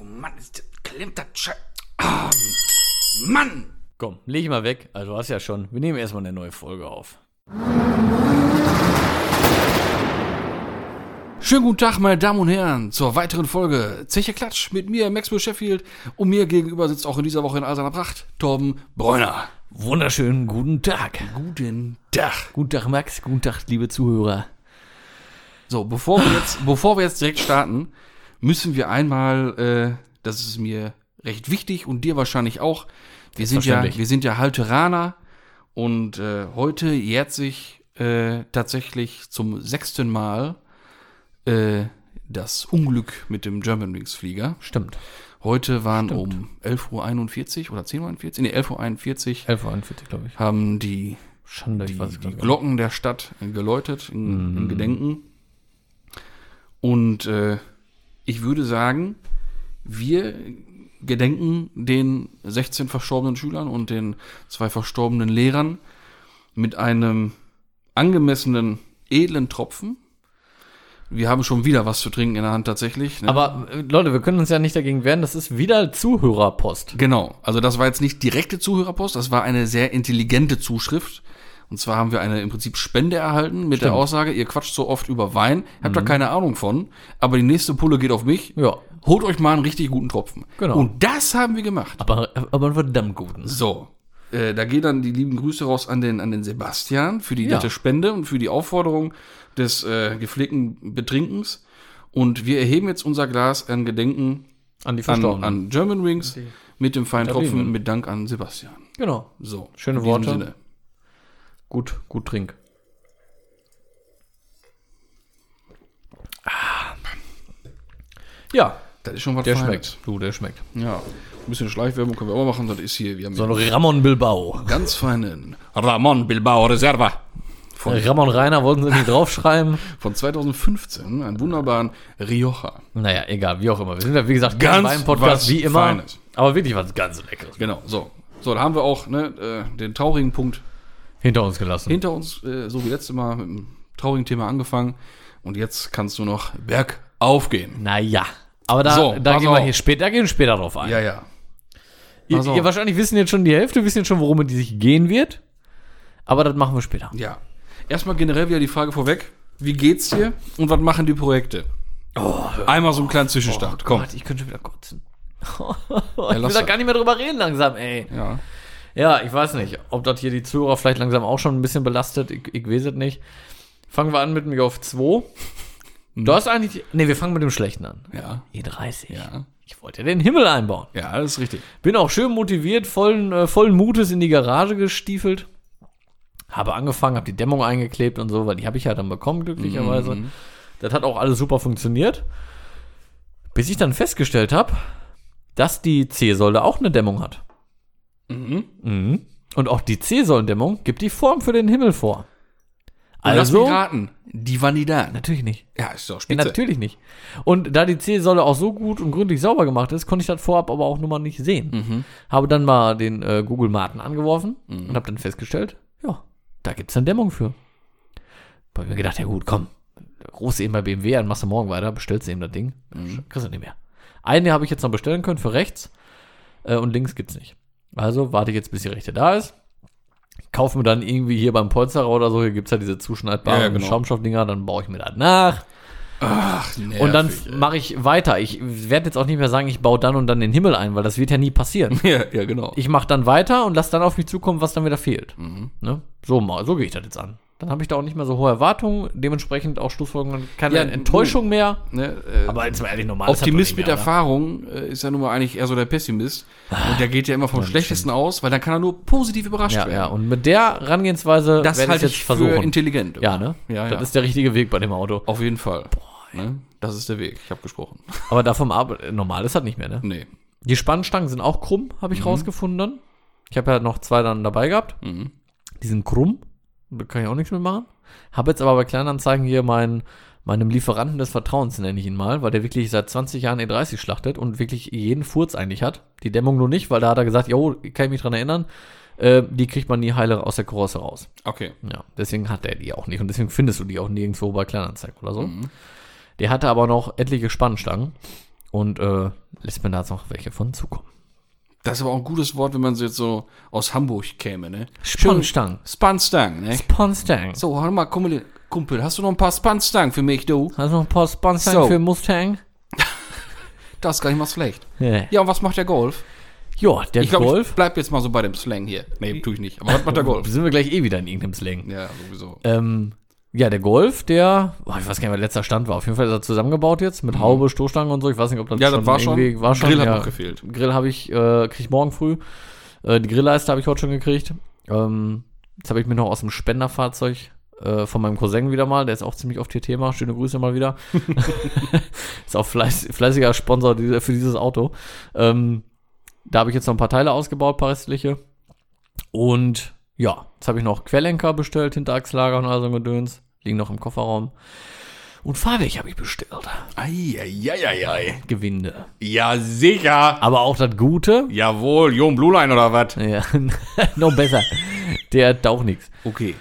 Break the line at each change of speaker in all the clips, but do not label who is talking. Oh Mann, ist das, klemmt das Scheiß. Ah, Mann!
Komm, leg ich mal weg. Also, du hast ja schon. Wir nehmen erstmal eine neue Folge auf.
Schönen guten Tag, meine Damen und Herren, zur weiteren Folge Zeche Klatsch mit mir, Maxwell Sheffield. Und mir gegenüber sitzt auch in dieser Woche in all seiner Pracht Torben Bräuner.
Wunderschönen guten Tag.
Guten Tag.
Guten Tag, Max. Guten Tag, liebe Zuhörer.
So, bevor wir jetzt, bevor wir jetzt direkt starten, müssen wir einmal, äh, das ist mir recht wichtig und dir wahrscheinlich auch, wir sind ja,
Selbstverständlich.
wir sind ja Halteraner und äh, heute jährt sich äh, tatsächlich zum sechsten Mal äh, das Unglück mit dem Germanwings Flieger.
Stimmt.
Heute waren um 11.41 Uhr oder 10.41 Uhr, nee, 11.41 Uhr
11.41 Uhr, glaube ich.
haben die
Schande, ich weiß es
die, die
nicht. Mhm.
Glocken der Stadt geläutet in, in Gedenken. Und äh, ich würde sagen, wir gedenken den 16 verstorbenen Schülern und den zwei verstorbenen Lehrern mit einem angemessenen, edlen Tropfen. Wir haben schon wieder was zu trinken in der Hand tatsächlich. ne?
Aber äh, Leute, wir können uns ja nicht dagegen wehren. Das ist wieder Zuhörerpost.
Genau, also das war jetzt nicht direkte Zuhörerpost, das war eine sehr intelligente Zuschrift. Und zwar haben wir eine im Prinzip Spende erhalten mit der
Stimmt. Mhm.
Aussage, ihr quatscht so oft über Wein, habt da keine Ahnung von, aber die nächste Pulle geht auf mich.
Ja.
Holt euch mal einen richtig guten Tropfen.
Genau.
Und das haben wir gemacht.
Aber, aber einen verdammt guten.
So, äh, da gehen dann die lieben Grüße raus an den, an den Sebastian für die
Ja.
nette Spende und für die Aufforderung des äh, gepflegten Betrinkens. Und wir erheben jetzt unser Glas an Gedenken
An die
an,
Verstorbenen.
an German Wings mit dem feinen
Italiener.
Tropfen mit Dank an Sebastian.
Genau.
So.
Schöne
in diesem
Worte.
Sinne.
Gut, gut trink. Ah. Ja,
Das ist schon was
der
Feines.
schmeckt. Du, der schmeckt.
Ja. Ein bisschen Schleichwerbung können wir auch machen. Das ist hier, wir haben
So
so.
ein Ramon Bilbao.
ganz feinen Ramon Bilbao Reserva
Ramon Rainer wollten sie nicht draufschreiben.
von 2015. Einen wunderbaren Rioja.
Naja, egal, wie auch immer. Wir sind ja, wie gesagt,
Ganz
beim Podcast
was
wie immer.
Feines.
Aber wirklich was ganz Leckeres.
Genau, so. So, da haben wir auch ne, äh, den traurigen Punkt
Hinter uns gelassen.
hinter uns, äh, so wie letztes Mal mit dem traurigen Thema angefangen. Und jetzt kannst du noch bergauf gehen.
naja. Aber da,
So,
da
pass
gehen wir
auf.
hier später, da gehen wir später drauf ein.
Ja, ja.
ihr,
pass auf.
ihr wahrscheinlich wissen jetzt schon die Hälfte, wissen jetzt schon, worum es sich gehen wird. Aber das machen wir später.
Ja. Erstmal generell wieder die Frage vorweg. Wie geht's dir und was machen die Projekte?
Oh,
Einmal so einen kleinen Zwischenstand. Komm.
Gott, ich könnte schon wieder kotzen. ich will
lass
da
das.
gar nicht mehr drüber reden langsam, ey.
Ja.
Ja, ich weiß nicht, ob das hier die Zuhörer vielleicht langsam auch schon ein bisschen belastet. Ich, ich weiß es nicht. Fangen wir an mit mir auf 2. Du hast eigentlich. Nee, wir fangen mit dem Schlechten an.
Ja.
E30.
Ja.
Ich wollte den Himmel einbauen.
Ja, alles richtig.
Bin auch schön motiviert, vollen, äh, vollen Mutes in die Garage gestiefelt. Habe angefangen, habe die Dämmung eingeklebt und so, weil die habe ich ja dann bekommen, glücklicherweise.
Mhm.
Das hat auch alles super funktioniert. Bis ich dann festgestellt habe, dass die C-Säule auch eine Dämmung hat. Mhm. Und auch die C-Säulendämmung gibt die Form für den Himmel vor.
Und lass mich
Also,
raten. Die Vanidan.
natürlich nicht.
Ja, ist doch
Ja,
spitze.
natürlich nicht. Und da die C-Säule auch so gut und gründlich sauber gemacht ist, konnte ich das vorab aber auch nur mal nicht sehen.
Mhm.
Habe dann mal den äh, Google Marten angeworfen und habe dann festgestellt, ja, da gibt es eine Dämmung für. Da habe ich mir gedacht, ja gut, komm, rufst eben bei BMW an, machst du morgen weiter, bestellst eben das Ding,
Mhm.
kriegst du nicht mehr. Eine habe ich jetzt noch bestellen können für rechts äh, und links gibt's nicht. Also warte ich jetzt, bis die rechte da ist. Kaufe mir dann irgendwie hier beim Polsterer oder so, hier gibt es ja diese zuschneidbaren
Ja, ja, genau.
Schaumstoffdinger, dann baue ich mir das nach.
Ach, nervig.
Und dann mache ich weiter. Ich werde jetzt auch nicht mehr sagen, ich baue dann und dann den Himmel ein, weil das wird ja nie passieren.
Ja, ja, genau.
Ich mache dann weiter und lasse dann auf mich zukommen, was dann wieder fehlt.
Mhm.
Ne? So, mal- so gehe ich das jetzt an. Dann habe ich da auch nicht mehr so hohe Erwartungen, dementsprechend auch Schlussfolgerungen, keine
Ja,
Enttäuschung mehr.
ne, äh,
Aber jetzt mal ehrlich, normal. ist das doch
Optimist
nicht ne?
mit
mehr, oder?
Erfahrung äh, ist ja nun mal eigentlich eher so der Pessimist.
Ah,
Und der geht ja immer vom Schlechtesten aus, weil dann kann er nur positiv überrascht
Ja,
werden.
ja, und mit der Herangehensweise
das
werde
halte
ich
ich
jetzt
für
versuchen.
intelligent.
Ja, ne?
Ja,
das
ja.
ist der richtige Weg bei dem Auto.
Auf jeden Fall. ne? Das ist der Weg. Ich habe gesprochen.
Aber davon ab, normal ist das nicht mehr, ne?
Nee.
Die Spannstangen sind auch krumm, habe ich rausgefunden dann. Ich habe ja noch zwei dann dabei gehabt. Die sind krumm. Da kann ich auch nichts mit machen. Habe jetzt aber bei Kleinanzeigen hier meinen, meinem Lieferanten des Vertrauens, nenne ich ihn mal, weil der wirklich seit 20 Jahren E30 schlachtet und wirklich jeden Furz eigentlich hat. Die Dämmung nur nicht, weil da hat er gesagt, jo, kann ich mich dran erinnern, äh, die kriegt man nie heile aus der Karosse raus.
Okay.
Ja, deswegen hat er die auch nicht und deswegen Mhm. findest du die auch nirgendwo bei Kleinanzeigen oder so. Der hatte aber noch etliche Spannstangen Und äh, lässt mir da jetzt noch welche von zukommen.
Das ist aber auch ein gutes Wort, wenn man jetzt so aus Hamburg käme, ne?
Spanstang.
Spanstang, ne?
Sponstang.
So, hör mal, Kumpel, Kumpel, hast du noch ein paar Spanstang für mich, du?
Hast du noch ein paar Sponstang
So.
für Mustang?
Das ist gar nicht mal schlecht.
Ja,
Ja, und was macht der Golf?
ja der
Ich glaube, ich
Golf.
bleib jetzt mal so bei dem Slang hier. Nee, tue ich nicht. Aber was macht der Golf?
Sind wir gleich eh wieder in irgendeinem Slang.
Ja, sowieso.
Ähm, ja, der Golf, der, oh, ich weiß gar nicht, was letzter Stand war. Auf jeden Fall ist er zusammengebaut jetzt mit Haube, Stoßstangen und so. Ich weiß nicht, ob Mhm. das
Ja, das war schon.
irgendwie- war schon.
Grill hat
ja.
noch gefehlt.
Grill habe ich, äh, kriege ich morgen früh. Äh, die Grillleiste habe ich heute schon gekriegt. Ähm, jetzt habe ich mir noch aus dem Spenderfahrzeug äh, von meinem Cousin wieder mal, der ist auch ziemlich oft hier Thema. Schöne Grüße mal wieder. ist auch fleiß, fleißiger Sponsor diese- für dieses Auto. Ähm, da habe ich jetzt noch ein paar Teile ausgebaut, paar restliche. Und ja, jetzt habe ich noch Querlenker bestellt, Hinterachslager und all so ein Gedöns. Liegen noch im Kofferraum. Und Fahrweg habe ich bestellt.
Eieieiei.
Gewinde.
Ja, sicher.
Aber auch das Gute.
Jawohl, Jung Blue Line oder was?
Ja, noch besser. Der hat auch nichts.
Okay.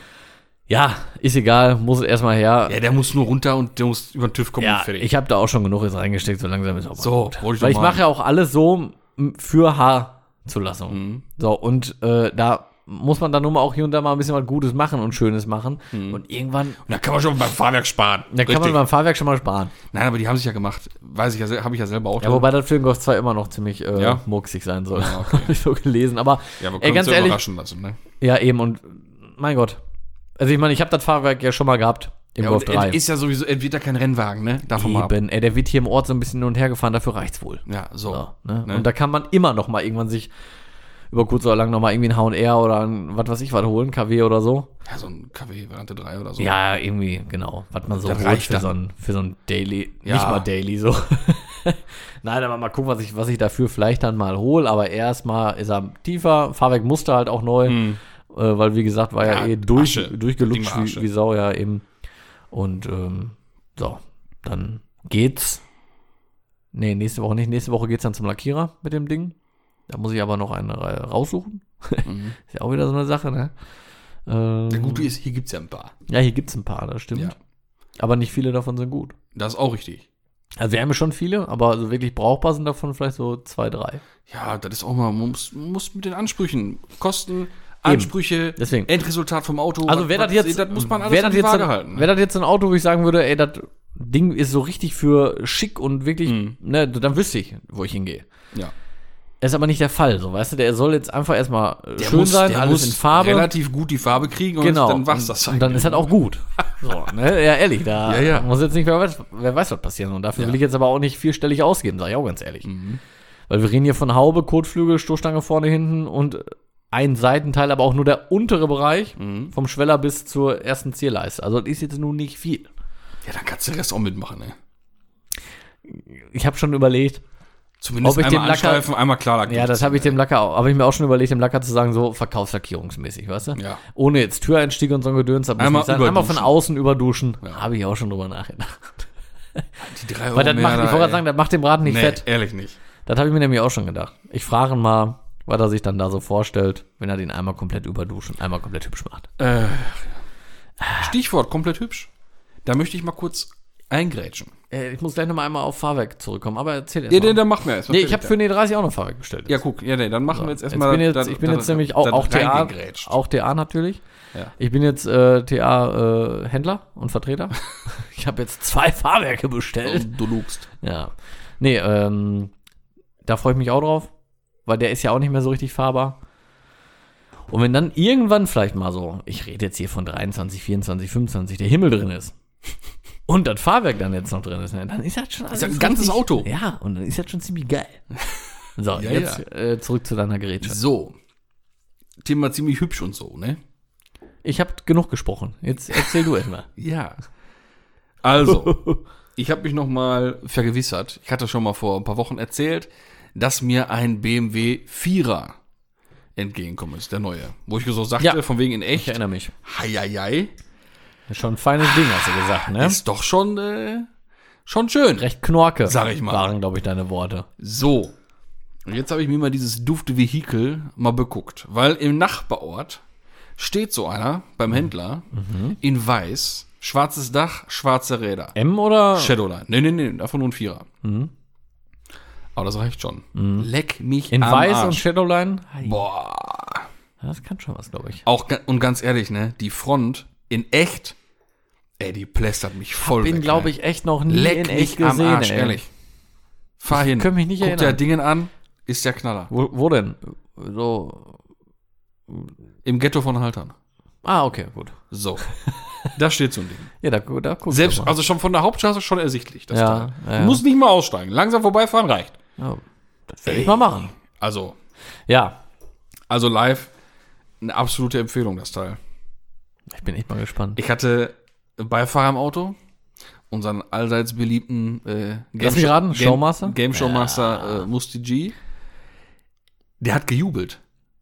Ja, ist egal, muss erstmal her.
Ja, der muss nur runter und der muss über den TÜV kommen und
Ja,
fertig.
ich habe da auch schon genug jetzt reingesteckt, so langsam ist auch mal
so,
gut.
wollte ich
Weil ich
doch mal-
mache ja auch alles so m, für Haarzulassung.
Mhm.
So, und äh, da muss man dann nur mal auch hier und da mal ein bisschen was Gutes machen und Schönes machen. Und irgendwann,
Und da kann man schon beim Fahrwerk sparen.
da kann man
Mhm. Richtig.
beim Fahrwerk schon mal sparen.
Nein, aber die haben sich ja gemacht. Weiß ich ja, habe ich ja selber auch.
Ja, wobei das für den Golf 2 immer noch ziemlich äh,
Ja.
murksig sein soll.
Ja,
Ja,
okay.
Habe ich so gelesen. Aber
ja wir
ey,
können uns
ganz
ja
ehrlich,
überraschen lassen. Ne?
ja eben. Und mein Gott. Also ich meine, ich habe das Fahrwerk ja schon mal gehabt im
Ja,
Golf
und
3.
es ist ja sowieso, es wird ja kein Rennwagen, ne? Davon mal ab.
Eben, ey, der wird hier im Ort so ein bisschen hin und her gefahren, dafür reicht's wohl.
Ja, so.
So, ne?
Ne?
Und da kann man immer noch mal irgendwann sich über kurz oder lang noch mal irgendwie ein H&R oder ein, was weiß ich was holen, KW oder so.
Ja, so ein KW Variante 3 oder so.
Ja, irgendwie, genau. Was man so
Das
holt
reicht
für
dann.
so, ein, für so ein Daily,
Ja.
nicht mal Daily so. Nein, aber mal gucken, was ich, was ich dafür vielleicht dann mal hole, aber erstmal ist er tiefer, Fahrwerk musste halt auch neu, äh, weil wie gesagt, war ja,
Hm. Ja,
eh durch,
Asche. Ding
durchgelutscht
war Asche.
wie, wie Sau, ja eben. Und ähm, so, dann geht's. Nee, nächste Woche nicht. Nächste Woche geht's dann zum Lackierer mit dem Ding. Da muss ich aber noch einen ra- raussuchen.
Mhm.
Ist ja auch wieder so eine Sache, ne? Ähm,
Der gute ist, hier gibt es ja ein paar.
ja, hier gibt's ein paar, das stimmt.
Ja.
Aber nicht viele davon sind gut.
Das ist auch richtig.
Also wir haben ja schon viele, aber so wirklich brauchbar sind davon vielleicht so zwei, drei.
Ja, das ist auch mal, man muss, man muss mit den Ansprüchen, Kosten, Ansprüche,
Deswegen.
Endresultat vom Auto.
Also
Oh, was-
wer das
was-
jetzt,
das muss man alles
wer
in
das
die
jetzt,
Waage
ein-
halten. ne?
wer das jetzt ein Auto, wo ich sagen würde, ey, das Ding ist so richtig für schick und wirklich,
Mhm.
ne, dann wüsste ich, wo ich hingehe.
ja.
Das ist aber nicht der Fall, so, weißt du, der soll jetzt einfach erstmal äh,
Der
schön
muss-
sein,
der
alles
muss
in Farbe.
relativ gut die Farbe kriegen und
Genau.
dann war's
Und-
das
Und dann ist halt auch gut. So, ne? Ja, ehrlich, da
Ja, ja.
muss jetzt nicht, wer weiß, wer weiß, was passieren. Und dafür will ich jetzt aber auch nicht vierstellig ausgeben, sag ich auch ganz ehrlich.
Mhm.
Weil wir reden hier von Haube, Kotflügel, Stoßstange vorne, hinten und ein Seitenteil, aber auch nur der untere Bereich
Mhm.
vom Schweller bis zur ersten Zierleiste. Also das ist jetzt nun nicht viel.
ja, dann kannst du den Rest auch mitmachen, ne?
Ich habe schon überlegt,
Zumindest
Ob ich
einmal
den Lacker-
anstreifen, einmal klar lackieren.
ja, das habe ich dem Lacker, habe ich mir auch schon überlegt, dem Lacker zu sagen, so verkaufslackierungsmäßig, weißt du?
Ja.
Ohne jetzt Türeinstieg und so ein Gedöns, aber
Einmal
einmal von
überduschen.
außen überduschen, habe ich auch schon drüber nachgedacht.
Die drei Euro
Weil das
mehr
macht, ich
da,
wollte gerade
ey.
sagen, das macht den Braten nicht
nee,
fett.
ehrlich nicht.
Das habe ich mir nämlich auch schon gedacht. Ich frage ihn mal, was er sich dann da so vorstellt, wenn er den einmal komplett überduscht und einmal komplett hübsch macht.
Äh, Stichwort, komplett hübsch. Da möchte ich mal kurz eingrätschen.
Äh, ich muss gleich nochmal einmal auf Fahrwerk zurückkommen, aber erzähl erst
Ja,
mal.
den, dann machen wir erst.
Nee, ich habe für den 30 auch noch Fahrwerk bestellt.
Ja, guck, ja, nee, dann machen wir jetzt
jetzt
erstmal.
bin jetzt,
das-
ich bin
das-
jetzt nämlich
das
auch, auch TA,
reingegrätscht.
auch TA natürlich.
Ja.
Ich bin jetzt äh, TA-Händler und Vertreter. ich habe jetzt zwei Fahrwerke bestellt.
Und Du lugst.
Ja. Nee, ähm, da freue ich mich auch drauf, weil der ist ja auch nicht mehr so richtig fahrbar. Und wenn dann irgendwann vielleicht mal so, ich rede jetzt hier von 23, 24, 25, der Himmel drin ist. Und das Fahrwerk dann jetzt noch drin ist, ne, dann ist das schon alles
ja ein ganzes
richtig-
Auto.
Ja, und dann ist das schon ziemlich geil. So,
Ja,
jetzt Äh, zurück zu deiner Gerätschaft.
So. Thema ziemlich hübsch und so, ne?
Ich habe genug gesprochen. Jetzt erzähl du erstmal.
Ja. Also, ich habe mich nochmal vergewissert. Ich hatte schon mal vor ein paar Wochen erzählt, dass mir ein BMW 4er entgegenkommen ist, der neue. Wo ich so sagte,
Ja.
von wegen in
Ich
echt,
erinnere mich.
heieiei,
Schon ein feines Ding, hast du gesagt, ne?
ist doch schon, äh, schon schön.
Recht knorke,
Sag ich mal.
waren, glaube ich, deine Worte.
So. Und jetzt habe ich mir mal dieses Duftvehikel mal beguckt, weil im Nachbarort steht so einer beim Händler
Mhm.
in weiß, schwarzes Dach, schwarze Räder.
M oder? Mhm.
Shadowline. Nee, nee, nee, davon nur ein Vierer. Aber das reicht schon. Leck mich
In
am
Weiß und
Arsch.
Shadowline?
Boah.
Das kann schon was, glaube ich.
Auch, ga- und ganz ehrlich, ne, die Front in echt, ey, die plästert mich voll
Bin,
weg,
glaube
ne?
ich, echt noch nie
Leck
in
mich
echt gesehen.
am Arsch,
ey.
ehrlich. Fahr hin.
kann mich nicht
Guck
erinnern.
dir Dingen an, ist der Knaller.
Wo, wo denn? So.
Im Ghetto von Haltern.
Ah, okay, gut.
So. da steht so ein Ding.
Ja, da, gu- da guck
Selbst, also schon von der Hauptstraße schon ersichtlich. Das
Ja,
da.
ja.
Du musst nicht mal aussteigen. Langsam vorbeifahren reicht.
Ja, das werde ich mal machen.
Also,
Ja,
also live, eine absolute Empfehlung, das Teil.
ich bin echt mal gespannt.
Ich hatte einen Beifahrer im Auto, unseren allseits beliebten äh,
Lass mich raten, Showmaster?
Game Showmaster äh, Musti G. Der hat gejubelt.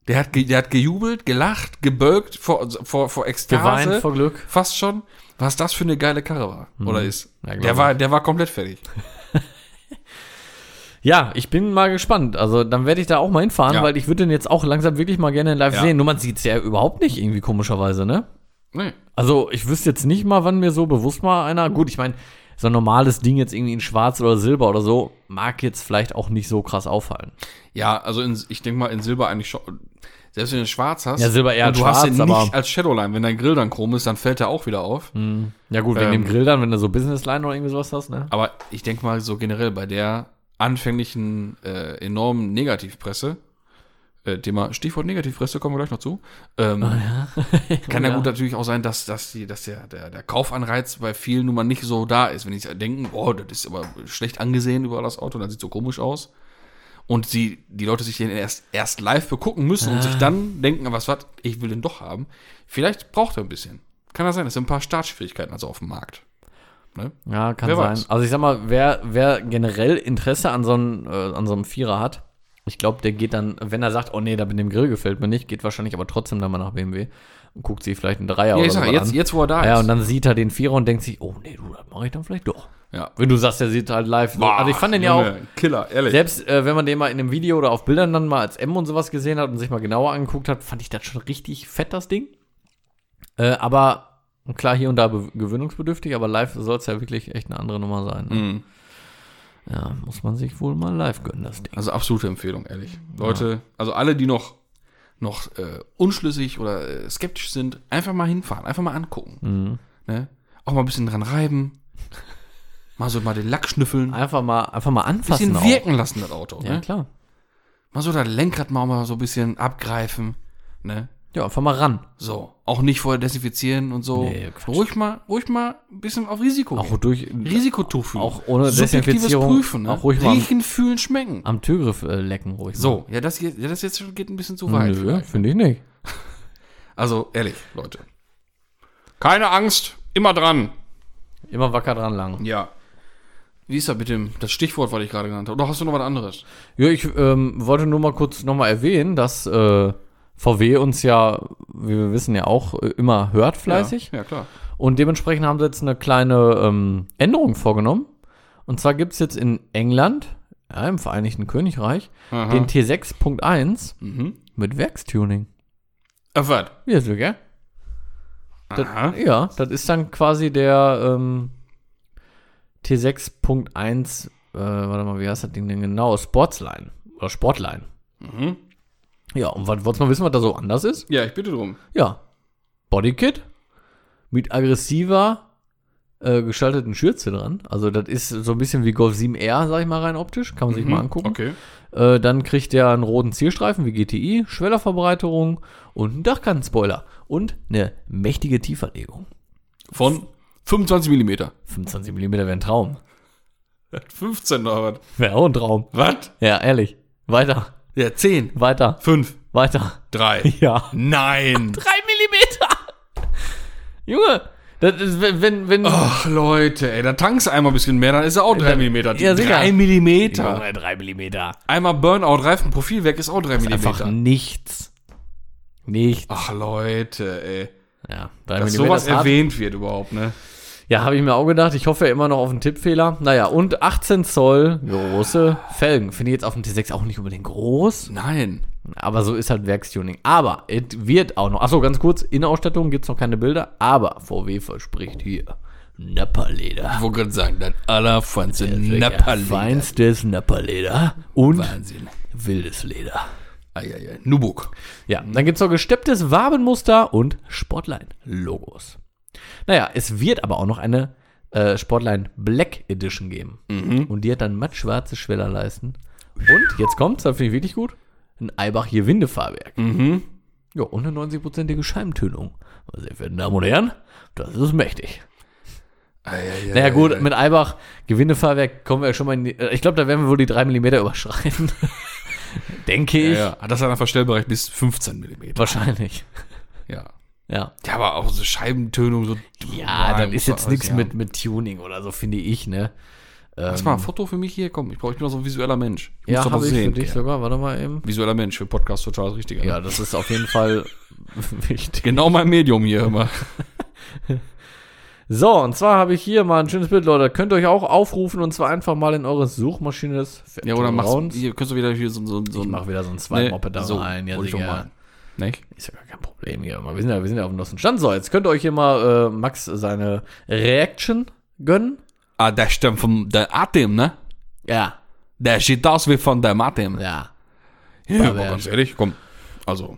Der hat, ge, der hat gejubelt, gelacht, gebölkt vor, also vor, vor Ekstase.
Geweint vor Glück.
Fast schon. Was das für eine geile Karre war. Oder ist.
Ja, glaub
der, war, der war komplett fertig.
Ja, ich bin mal gespannt. Also dann werde ich da auch mal hinfahren,
Ja.
weil ich würde den jetzt auch langsam wirklich mal gerne live
Ja.
sehen. Nur man sieht es ja überhaupt nicht irgendwie komischerweise, ne?
Nee.
Also ich wüsste jetzt nicht mal, wann mir so bewusst mal einer. Gut, ich meine, so ein normales Ding jetzt irgendwie in Schwarz oder Silber oder so mag jetzt vielleicht auch nicht so krass auffallen.
Ja, also in, ich denke mal in Silber eigentlich schon. Selbst wenn du Schwarz hast.
Ja, Silber eher
und du
als
hast den
schwarz,
nicht
aber-
als Shadowline. Wenn dein Grill dann chrom ist, dann fällt der auch wieder auf.
Ja gut, wegen
Ähm.
dem Grill dann, wenn du so Businessline oder irgendwie sowas hast, ne?
Aber ich denke mal so generell bei der anfänglichen äh, enormen Negativpresse, äh, Thema Stichwort Negativpresse, kommen wir gleich noch zu, ähm,
Ah,
kann ja gut natürlich auch sein, dass, dass, die, dass der, der, der Kaufanreiz bei vielen nun mal nicht so da ist. Wenn die sich denken, boah, das ist aber schlecht angesehen überall das Auto, dann sieht so komisch aus. Und sie, die Leute sich den erst, erst live begucken müssen und sich
Ah.
dann denken, was was, ich will den doch haben. Vielleicht braucht er ein bisschen. Kann ja sein, es sind ein paar Startschwierigkeiten also auf dem Markt. Ne?
Ja, kann
Wer
sein.
weiß.
Also ich sag mal, wer, wer generell Interesse an so einem, äh, an so einem Vierer hat, ich glaube, der geht dann, wenn er sagt, oh nee, da mit dem Grill gefällt mir nicht, geht wahrscheinlich aber trotzdem dann mal nach BMW und guckt sich vielleicht einen Dreier
Ja,
oder
ich
so
sag, jetzt, jetzt, wo er da
Ja,
ist.
und dann sieht er den Vierer und denkt sich, oh nee, du, das mache ich dann vielleicht doch.
Ja.
Wenn du sagst, der sieht halt live. So. Also ich fand den ja auch,
Junge, Killer, ehrlich.
selbst äh, wenn man den mal in einem Video oder auf Bildern dann mal als M und sowas gesehen hat und sich mal genauer angeguckt hat, fand ich das schon richtig fett, das Ding. Äh, aber klar, hier und da be- gewöhnungsbedürftig, aber live soll es ja wirklich echt eine andere Nummer sein. Ne?
Mhm.
Ja, muss man sich wohl mal live gönnen, das Ding.
Also absolute Empfehlung, ehrlich. Leute, also alle, die noch, noch äh, unschlüssig oder äh, skeptisch sind, einfach mal hinfahren, einfach mal angucken.
Mhm.
Ne? Auch mal ein bisschen dran reiben. mal so mal den Lack schnüffeln. Ein
Einfach mal, einfach mal anfassen.
bisschen wirken lassen, das Auto.
Auch. Ja,
Ne?
klar.
Mal so das Lenkrad mal, mal so ein bisschen abgreifen. Ne?
Ja, einfach mal ran.
So. Auch nicht vorher desinfizieren und so.
Nee, Quatsch.
ruhig mal, ruhig mal ein bisschen auf Risiko.
Auch durch
Risikotuch fühlen.
auch ohne
Subjektives
Desinfizierung,
Prüfen, ne?
auch ruhig mal-
Riechen, fühlen, schmecken.
am Türgriff äh, lecken ruhig.
So, ja, das, hier, ja, das jetzt schon geht ein bisschen zu
mal.
weit.
Nö, finde ich nicht.
Also ehrlich, Leute. Keine Angst, immer dran.
Immer wacker dran lang.
Ja. Wie ist das mit dem, das Stichwort, was ich gerade genannt habe? Oder hast du noch was anderes?
Ja, ich ähm, wollte nur mal kurz nochmal erwähnen, dass äh, VW uns ja, wie wir wissen, ja auch äh, immer hört fleißig.
Ja, ja klar.
Und dementsprechend haben sie jetzt eine kleine ähm, Änderung vorgenommen. Und zwar gibt es jetzt in England, ja, im Vereinigten Königreich,
Aha.
den T6.1
Mhm.
mit Werkstuning.
Äh, was?
Ja, ist so, gell? Das,
Aha.
ja, das ist dann quasi der ähm, T6.1, äh, warte mal, wie heißt das Ding denn genau? Sportsline oder Sportline.
Mhm.
Ja, und was, wolltest du mal wissen, was da so anders ist?
Ja, ich bitte drum.
Ja, Bodykit mit aggressiver äh, gestalteten Schürze dran. Also das ist so ein bisschen wie Golf 7R, sag ich mal rein optisch. Kann man sich mal angucken.
Mhm. Okay.
Äh, dann kriegt der einen roten Zielstreifen wie GTI, Schwellerverbreiterung und einen Dachkantenspoiler und eine mächtige Tieferlegung.
Von 25 Millimeter.
25 mm wäre ein Traum.
15 oder was?
Wäre auch ein Traum.
Was?
Ja, ehrlich. Weiter,
Ja, 10,
weiter,
5,
weiter.
3.
Ja.
Nein.
3 mm! Junge, das ist, wenn, wenn, wenn
Ach, Leute, ey, da tankst du einmal ein bisschen mehr, dann ist er auch 3 Millimeter.
Ja, sicher.
3 Millimeter.
Junge, 3 mm.
Einmal Burnout, Reifenprofil weg, ist auch 3
Einfach
Millimeter.
nichts. Nichts.
Ach, Leute, ey.
Ja, 3
Dass sowas
ist hart.
erwähnt wird überhaupt, ne?
Ja, habe ich mir auch gedacht. Ich hoffe ja immer noch auf einen Tippfehler. Naja, und 18 Zoll große Felgen. Finde ich jetzt auf dem T6 auch nicht unbedingt groß.
Nein.
Aber so ist halt Werkstuning. Aber es wird auch noch. Achso, ganz kurz. In der Ausstattung gibt es noch keine Bilder. Aber VW verspricht hier Napperleder.
Ich wollte gerade sagen, das allerfeinste Napperleder.
Feinstes Napperleder und
Wahnsinn.
wildes Leder.
Eieiei. Nubuk.
Ja, dann gibt's noch gestepptes Wabenmuster und Sportline-Logos. Naja, es wird aber auch noch eine äh, Sportline Black Edition geben.
Mhm.
Und die hat dann mattschwarze Schwellerleisten. Und jetzt kommt's, da finde ich wirklich gut, ein Eibach hier Windefahrwerk.
Mhm.
Ja, und eine 90-prozentige Scheibentönung. Meine sehr verehrten Damen und Herren, das ist mächtig.
Eieiei.
Naja gut, mit Eibach Gewindefahrwerk kommen wir schon mal in die, äh, Ich glaube, da werden wir wohl die 3 mm überschreiten. Denke ich.
Ja, ja. Das hat einen Verstellbereich bis 15 mm.
Wahrscheinlich.
Ja.
Ja.
Ja, aber auch so Scheibentönung, so.
Ja, dann ist jetzt nichts
Ja.
mit, mit Tuning oder so, finde ich, ne?
Lass mal ein Foto für mich hier, komm. Ich, brauch, ich bin doch so ein visueller Mensch. Ich
Ja,
doch
habe
was
ich für
sehen.
dich
ähm- ja.
sogar, warte mal eben.
Visueller Mensch für Podcast total das Richtige. ne?
Ja, das ist auf jeden Fall wichtig.
Genau mein Medium hier immer.
So, und zwar habe ich hier mal ein schönes Bild, Leute. Könnt ihr euch auch aufrufen und zwar einfach mal in eure Suchmaschine des
Ja, oder machst
Vertrauens.
hier kannst du wieder hier so, so, so
Ich mach wieder so ein Zweitmoppe da rein. Ja,
wollte ich doch
Digga.
mal. Nicht?
Ist ja gar kein Problem hier. Wir sind ja, wir sind ja auf dem neuesten Stand. So, jetzt könnt ihr euch hier mal äh, Max seine Reaction gönnen.
Ah, der stammt von der Atem, ne?
Ja,
Der sieht aus wie von der Atem.
ja.
Ja,
aber
ehrlich, komm. Also,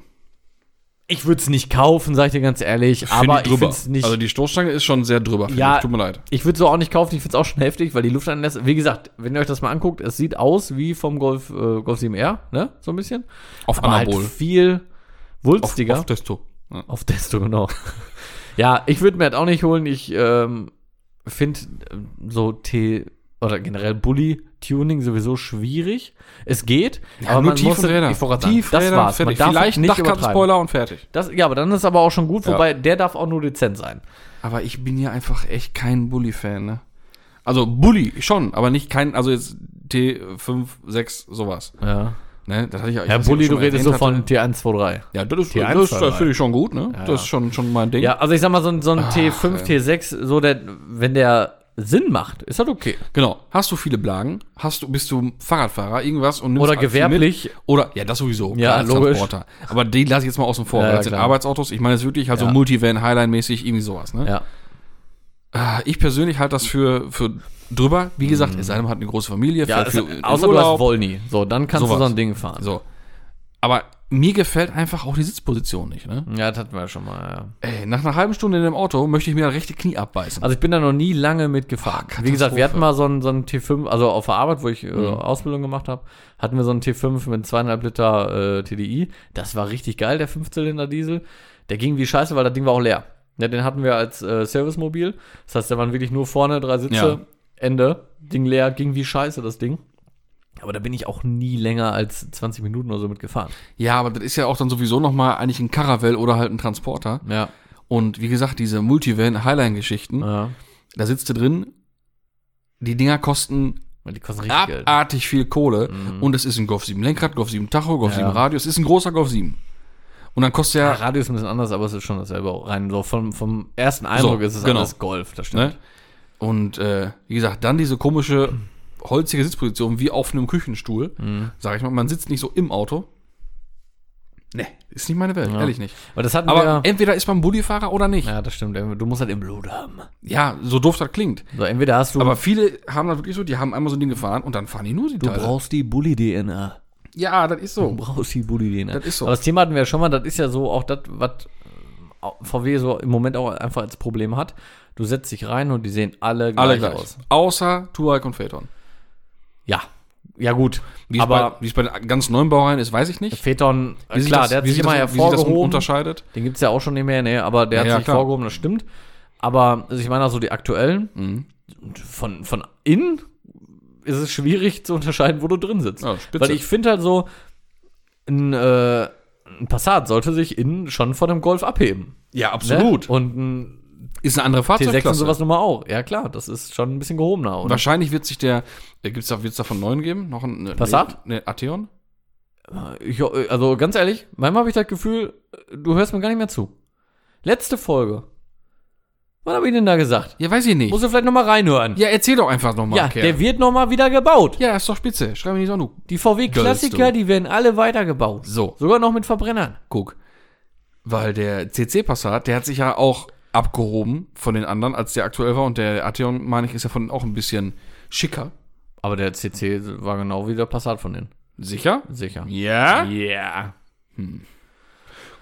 Ich würde es nicht kaufen, sag ich dir ganz ehrlich.
find
aber ich
drüber.
finde es nicht.
Also, die Stoßstange ist schon sehr drüber. find
Ja.
ich. Tut mir leid.
Ich würde es auch nicht kaufen, ich finde es auch schon heftig, weil die Luftanlässe, wie gesagt, wenn ihr euch das mal anguckt, es sieht aus wie vom Golf, äh, Golf 7R, ne? So ein bisschen.
Auf
Aber halt
Anabol.
viel
auf,
wulstiger.
auf Testo. Ja.
Auf Desto, genau. ja, ich würde mir halt auch nicht holen. Ich ähm, finde so T oder generell Bully-Tuning sowieso schwierig. Es geht, aber man muss Ich wollte gerade sagen, das
Tiefräder,
war's. Man
fertig.
darf
Vielleicht
nicht übertreiben.
Dachkartenspoiler und fertig.
Das, ja, aber dann ist aber auch schon gut,
Ja.
wobei der darf auch nur dezent sein.
Aber ich bin ja einfach echt kein Bully-Fan, ne? Also, Bully schon, aber nicht kein, also jetzt T5, 6, sowas.
Ja.
Ne? Das hatte ich ja ich
Herr
weiß nicht, ob
Bulli,
ich
du
schon mal
redest so
erwähnt hatte.
von T123.
Ja, das ist,
Die
das, ist-
Einfallwahl.
das finde ich schon gut, ne?
ja.
Das ist schon, schon mein Ding.
Ja, also ich sag mal, so ein, so ein T5,
ey.
T6, so der, wenn der Sinn macht, ist das okay.
Genau. Hast du viele Blagen? Hast du, bist du Fahrradfahrer, irgendwas und nimmst
Oder
halt viel
gewerblich.
Mit. Oder, ja, das sowieso.
Ja,
als
logisch.
Transporter. Aber die lasse ich jetzt mal außen vor,
Ja,
weil
ja,
das sind
klar.
Arbeitsautos. Ich meine, es ist wirklich halt so
Ja.
Multivan, Highline-mäßig, irgendwie sowas, ne?
Ja.
Ah, Ich persönlich halte das für, für drüber. Wie gesagt, es sei denn, man hat eine große Familie,
Mhm. ja
fährt
es,
viel in
außer du hast Wolny. So, dann kannst du
Sowas.
so ein Ding fahren.
So. Aber mir gefällt einfach auch die Sitzposition nicht, ne?
Ja, das hatten wir ja schon mal. Ja.
Ey, nach einer halben Stunde in dem Auto möchte ich mir das rechte Knie abbeißen.
Also ich bin da noch nie lange mitgefahren.
Ah,
Wie
Katastrophe.
gesagt,
Mhm.
wir hatten mal so einen, so einen T5, also auf der Arbeit, wo ich äh, Ausbildung gemacht habe, hatten wir so einen T5 mit zweieinhalb Liter äh, TDI. Das war richtig geil, der Fünfzylinder-Diesel. Der ging wie scheiße, weil das Ding war auch leer. Ja, den hatten wir als äh, Servicemobil. Das heißt, da waren wirklich nur vorne drei Sitze,
Ja.
Ende. Ding leer, ging wie scheiße, das Ding. Aber da bin ich auch nie länger als 20 Minuten oder so mitgefahren.
ja, aber das ist ja auch dann sowieso nochmal eigentlich ein Caravelle oder halt ein Transporter.
Ja.
Und wie gesagt, diese Multivan-Highline-Geschichten,
ja.
da sitzt du drin, die Dinger kosten Mhm.
Die kosten richtig Geld.
abartig viel Kohle und es ist ein Golf 7 Lenkrad, Golf 7 Tacho, Golf 7 Radio, es ist ein großer Golf 7. Und dann kostet
Ja,
ja,
Radio ist ein bisschen anders, aber es ist schon dasselbe auch rein. So vom, vom ersten Eindruck ist es
genau.
alles Golf, das stimmt.
ne? Und äh, wie gesagt, dann diese komische holzige Sitzposition wie auf einem Küchenstuhl, sag ich mal, man sitzt nicht so im Auto. Ne, ist nicht meine Welt, ehrlich nicht.
Aber das hatten
Aber
wir.
entweder ist man Bullifahrer oder nicht. Ja.
Ja, das stimmt. Du musst halt im Blut haben.
so doof das klingt.
So, entweder hast du.
Aber viele haben das wirklich so, die haben einmal so ein Ding gefahren und dann fahren die nur die
du brauchst die Bully-DNA.
Ja, das ist
Du
so.
brauchst die Bully-DNA.
Das ist so.
Aber das Thema hatten wir ja schon mal. Das ist ja so auch das, was äh, VW so im Moment auch einfach als Problem hat. Du setzt dich rein und die sehen alle gleich,
Alle gleich.
aus.
Außer Touareg und Phaeton.
Ja. Ja, gut.
Wie es
aber.
bei, wie es bei den ganz neuen Baureihen ist, weiß ich nicht.
Phaeton, äh,
Wie sich
klar,
das,
der hat
wie
sich
sich
immer
das, wie sich das un-
hervorgehoben.
unterscheidet.
Den gibt's ja auch schon nicht mehr, ne, aber der
Ja,
hat
ja,
sich
klar.
vorgehoben, das stimmt. Aber also ich meine also die aktuellen,
Mhm.
von, von innen ist es schwierig zu unterscheiden, wo du drin sitzt.
Ja, spitze.
Weil ich finde halt so, ein, äh, ein Passat sollte sich innen schon von einem Golf abheben.
Ja,
ne?
absolut.
Und ein
Ist eine andere
T6 und
Fahrzeugklasse.
sowas nun mal auch. Ja klar, das ist schon ein bisschen gehobener. Und
Wahrscheinlich wird sich der, äh, gibt's da, wird's da von neuen geben? Noch ein ne,
Passat?
Ne, Atheon?
ich, also ganz ehrlich, manchmal habe ich das Gefühl, du hörst mir gar nicht mehr zu. Letzte Folge. Was habe ich denn da gesagt?
Ja, weiß ich nicht.
Musst du vielleicht nochmal reinhören.
ja, erzähl doch einfach nochmal.
Ja, der wird nochmal wieder gebaut.
ja, ist doch spitze. Schreib mir nicht so du.
Die VW-Klassiker,
Göllst
die werden alle weitergebaut.
So,
Sogar noch mit Verbrennern.
guck. Weil der CC Passat, der hat sich ja auch abgehoben von den anderen, als der aktuell war. Und der Atheon, meine ich, ist ja von auch ein bisschen schicker.
Aber der CC war genau wie der Passat von denen.
Sicher?
Sicher.
Ja.
Yeah.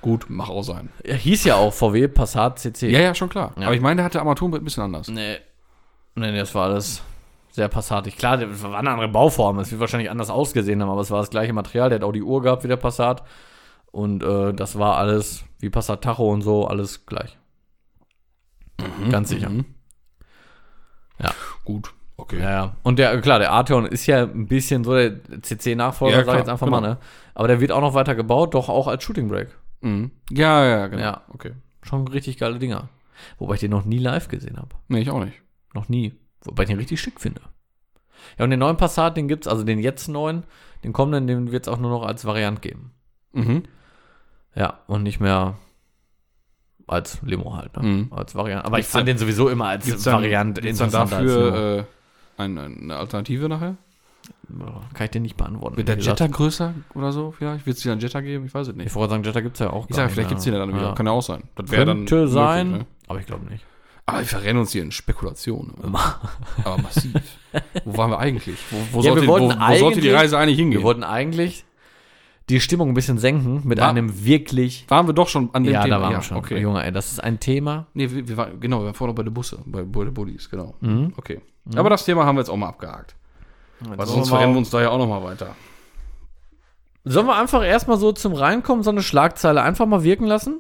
Gut, mach auch sein.
Er hieß ja auch VW Passat CC.
Ja, ja, schon klar. Aber ich meine, der hatte Armaturenbrett ein bisschen anders.
Nee. Nee, nee, das war alles sehr passatig. Klar, das war eine andere Bauform. Es wird wahrscheinlich anders ausgesehen haben, aber es war das gleiche Material. Der hat auch die Uhr gehabt wie der Passat. Und äh, das war alles wie Passat Tacho und so, alles gleich. Ganz sicher.
Mhm. Gut, okay.
Ja, ja. Und der, klar, der Arteon ist ja ein bisschen so der CC-Nachfolger,
Ja,
sag ich jetzt
klar,
einfach mal,
genau.
ne? Aber der wird auch noch weiter gebaut, doch auch als Shooting Break.
Mhm. Ja, ja, genau.
Ja.
Okay.
Schon richtig geile Dinger. Wobei ich den noch nie live gesehen habe.
Nee, ich auch nicht.
Noch nie. Wobei ich den richtig schick finde. Ja, und den neuen Passat, den gibt's, also den jetzt neuen, den kommenden, den wird's auch nur noch als Variant geben.
Mhm.
Ja, und nicht mehr als Limo halt, ne?
Mhm.
Als Variant. Aber
Gibt's
ich fand den sowieso immer als
Gibt's dann,
Variant
gibt's dann
interessanter als Limo.
dafür äh, eine, eine Alternative nachher?
Boah, Kann ich dir nicht beantworten.
Wird
wie
äh, der
gesagt.
Jetta größer oder so? Vielleicht wird es dir einen Jetta geben? Ich weiß es nicht.
Ich wollte sagen, Jetta gibt's ja auch.
Ich sage, vielleicht gibt es den dann wieder. Kann ja auch sein. Das
Könnte
wäre dann. möglich,
sein,
ne?
aber ich glaube nicht.
Aber wir verrennen uns hier in Spekulationen. Aber massiv. wo waren wir eigentlich? Wo, wo,
Ja,
sollte,
wir
wo,
wollten
wo sollte die
eigentlich-
Reise eigentlich hingehen?
Wir wollten eigentlich die Stimmung ein bisschen senken mit
War-
einem wirklich.
waren wir doch schon an dem
Ja,
Thema?
da waren wir schon.
Okay.
Junge, ey, das ist ein Thema.
Nee, wir, wir waren, genau, wir waren vorher noch bei den Busse, bei, bei den Bullies, genau. Okay. Aber das Thema haben wir jetzt auch mal abgehakt. Weil sonst verrennen wir uns da ja auch noch mal weiter.
Sollen wir einfach erstmal so zum Reinkommen so eine Schlagzeile einfach mal wirken lassen?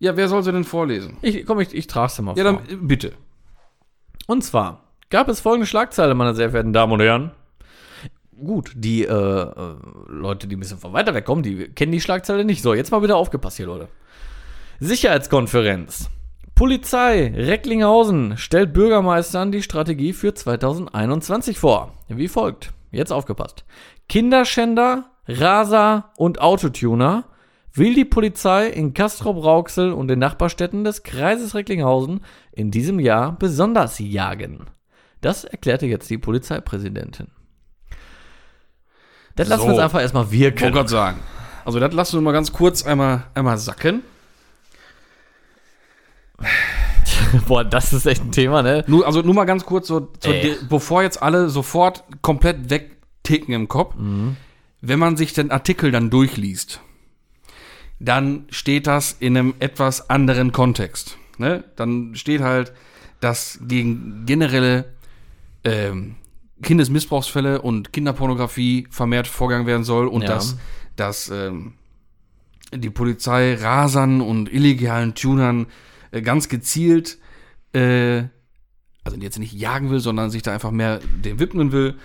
Ja, wer soll sie denn vorlesen?
Ich, komm, ich, ich trage sie mal
Ja,
vor.
dann äh, bitte.
Und zwar gab es folgende Schlagzeile, meine sehr verehrten Damen und Herren. Gut, die äh, äh, Leute, die ein bisschen von weiter weg kommen, die kennen die Schlagzeile nicht. So, jetzt mal wieder aufgepasst hier, Leute. Sicherheitskonferenz. Polizei Recklinghausen stellt Bürgermeistern die Strategie für 2021 vor. Wie folgt. Jetzt aufgepasst. Kinderschänder, Raser und Autotuner will die Polizei in Kastrop-Rauxel und den Nachbarstädten des Kreises Recklinghausen in diesem Jahr besonders jagen. Das erklärte jetzt die Polizeipräsidentin. Das lassen wir
So.
uns einfach erstmal
Oh
wirken.
Gott sagen. Also das lassen wir mal ganz kurz einmal, einmal sacken.
Boah, das ist echt ein Thema, ne?
Nur, also nur mal ganz kurz, so, so
Ey.
di- bevor jetzt alle sofort komplett wegticken im Kopf,
Mhm.
wenn man sich den Artikel dann durchliest, dann steht das in einem etwas anderen Kontext. Ne? Dann steht halt, dass gegen generelle ähm, Kindesmissbrauchsfälle und Kinderpornografie vermehrt vorgegangen werden soll und
Ja.
dass, dass ähm, die Polizei Rasern und illegalen Tunern äh, ganz gezielt äh, also jetzt nicht jagen will, sondern sich da einfach mehr dem widmen will,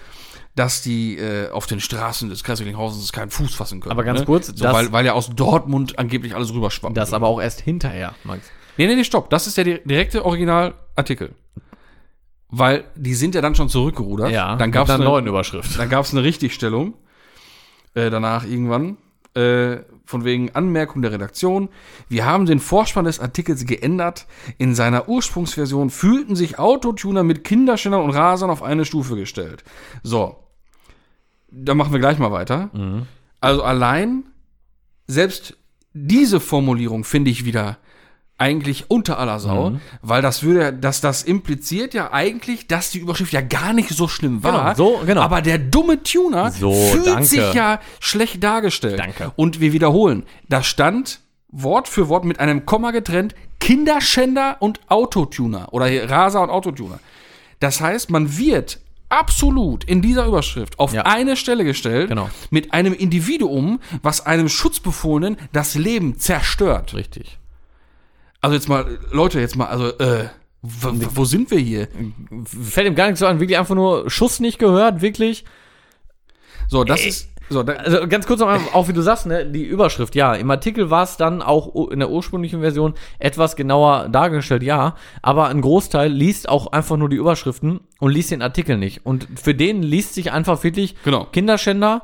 dass die äh, auf den Straßen des Kreises Recklinghausen keinen Fuß fassen können. ne?
Aber ganz kurz,
so,
das-
weil, weil ja aus Dortmund angeblich alles rüberschwappt.
Das aber auch erst hinterher, Max.
Nee, nee, nee, stopp. Das ist der di- direkte Originalartikel. Weil die sind ja dann schon zurückgerudert. Dann gab es
eine
eine,
neuen Überschrift.
dann gab's eine Richtigstellung äh, danach irgendwann. Äh, von wegen Anmerkung der Redaktion. Wir haben den Vorspann des Artikels geändert. In seiner Ursprungsversion fühlten sich Autotuner mit Kinderschändern und Rasern auf eine Stufe gestellt. So. Da machen wir gleich mal weiter. Also allein, selbst diese Formulierung finde ich wieder eigentlich unter aller Sau,
Mhm.
weil das würde, dass das impliziert ja eigentlich, dass die Überschrift ja gar nicht so schlimm war.
Genau, so, genau.
Aber der dumme Tuner
So,
fühlt
danke.
sich ja schlecht dargestellt.
Danke.
Und wir wiederholen, da stand Wort für Wort mit einem Komma getrennt Kinderschänder und Autotuner oder hier Raser und Autotuner. Das heißt, man wird absolut in dieser Überschrift auf
Ja.
eine Stelle gestellt
Genau.
mit einem Individuum, was einem Schutzbefohlenen das Leben zerstört.
Richtig.
Also jetzt mal, Leute, jetzt mal, also, äh, wo, wo sind wir hier?
Fällt ihm gar nicht so an, wirklich einfach nur Schuss nicht gehört, wirklich.
So,
Äh,
das ist, so, da,
Also ganz kurz noch mal, auch wie du sagst, ne, die Überschrift, ja. Im Artikel war es dann auch u- in der ursprünglichen Version etwas genauer dargestellt, ja. Aber ein Großteil liest auch einfach nur die Überschriften und liest den Artikel nicht. Und für den liest sich einfach wirklich
Genau.
Kinderschänder,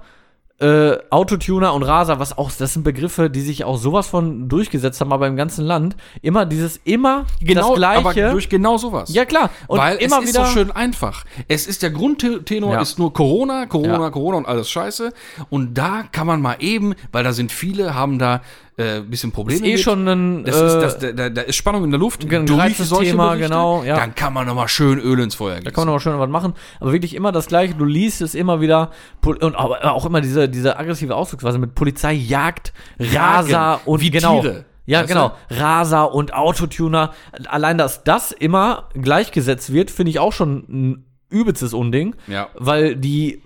äh, Autotuner und Raser, was auch, das sind Begriffe, die sich auch sowas von durchgesetzt haben, aber im ganzen Land. Immer dieses, immer das
genau, aber
Gleiche.
durch genau sowas.
ja klar. Und
Weil
immer
es ist
wieder.
so schön einfach. Es ist der Grundtenor
Ja.
ist nur Corona, Corona,
Ja.
Corona und alles Scheiße. Und da kann man mal eben, weil da sind viele, haben da äh, bisschen Probleme
Ist eh
gibt.
schon äh, ein.
das ist, das, da, da, da ist Spannung in der Luft.
ein gereiztes Thema, genau, ja.
Dann kann man nochmal schön Öl ins Feuer gießen.
Da kann man auch schön was machen. Aber wirklich immer das Gleiche. Du liest es immer wieder. Pol- Und auch auch immer diese, diese aggressive Ausdrucksweise mit Polizei, Jagd, Raser
Jagen,
und
wie
genau.
Tiere.
Ja,
Weißt
genau. Raser und Autotuner. Allein, dass das immer gleichgesetzt wird, finde ich auch schon ein übelstes Unding.
Ja.
Weil die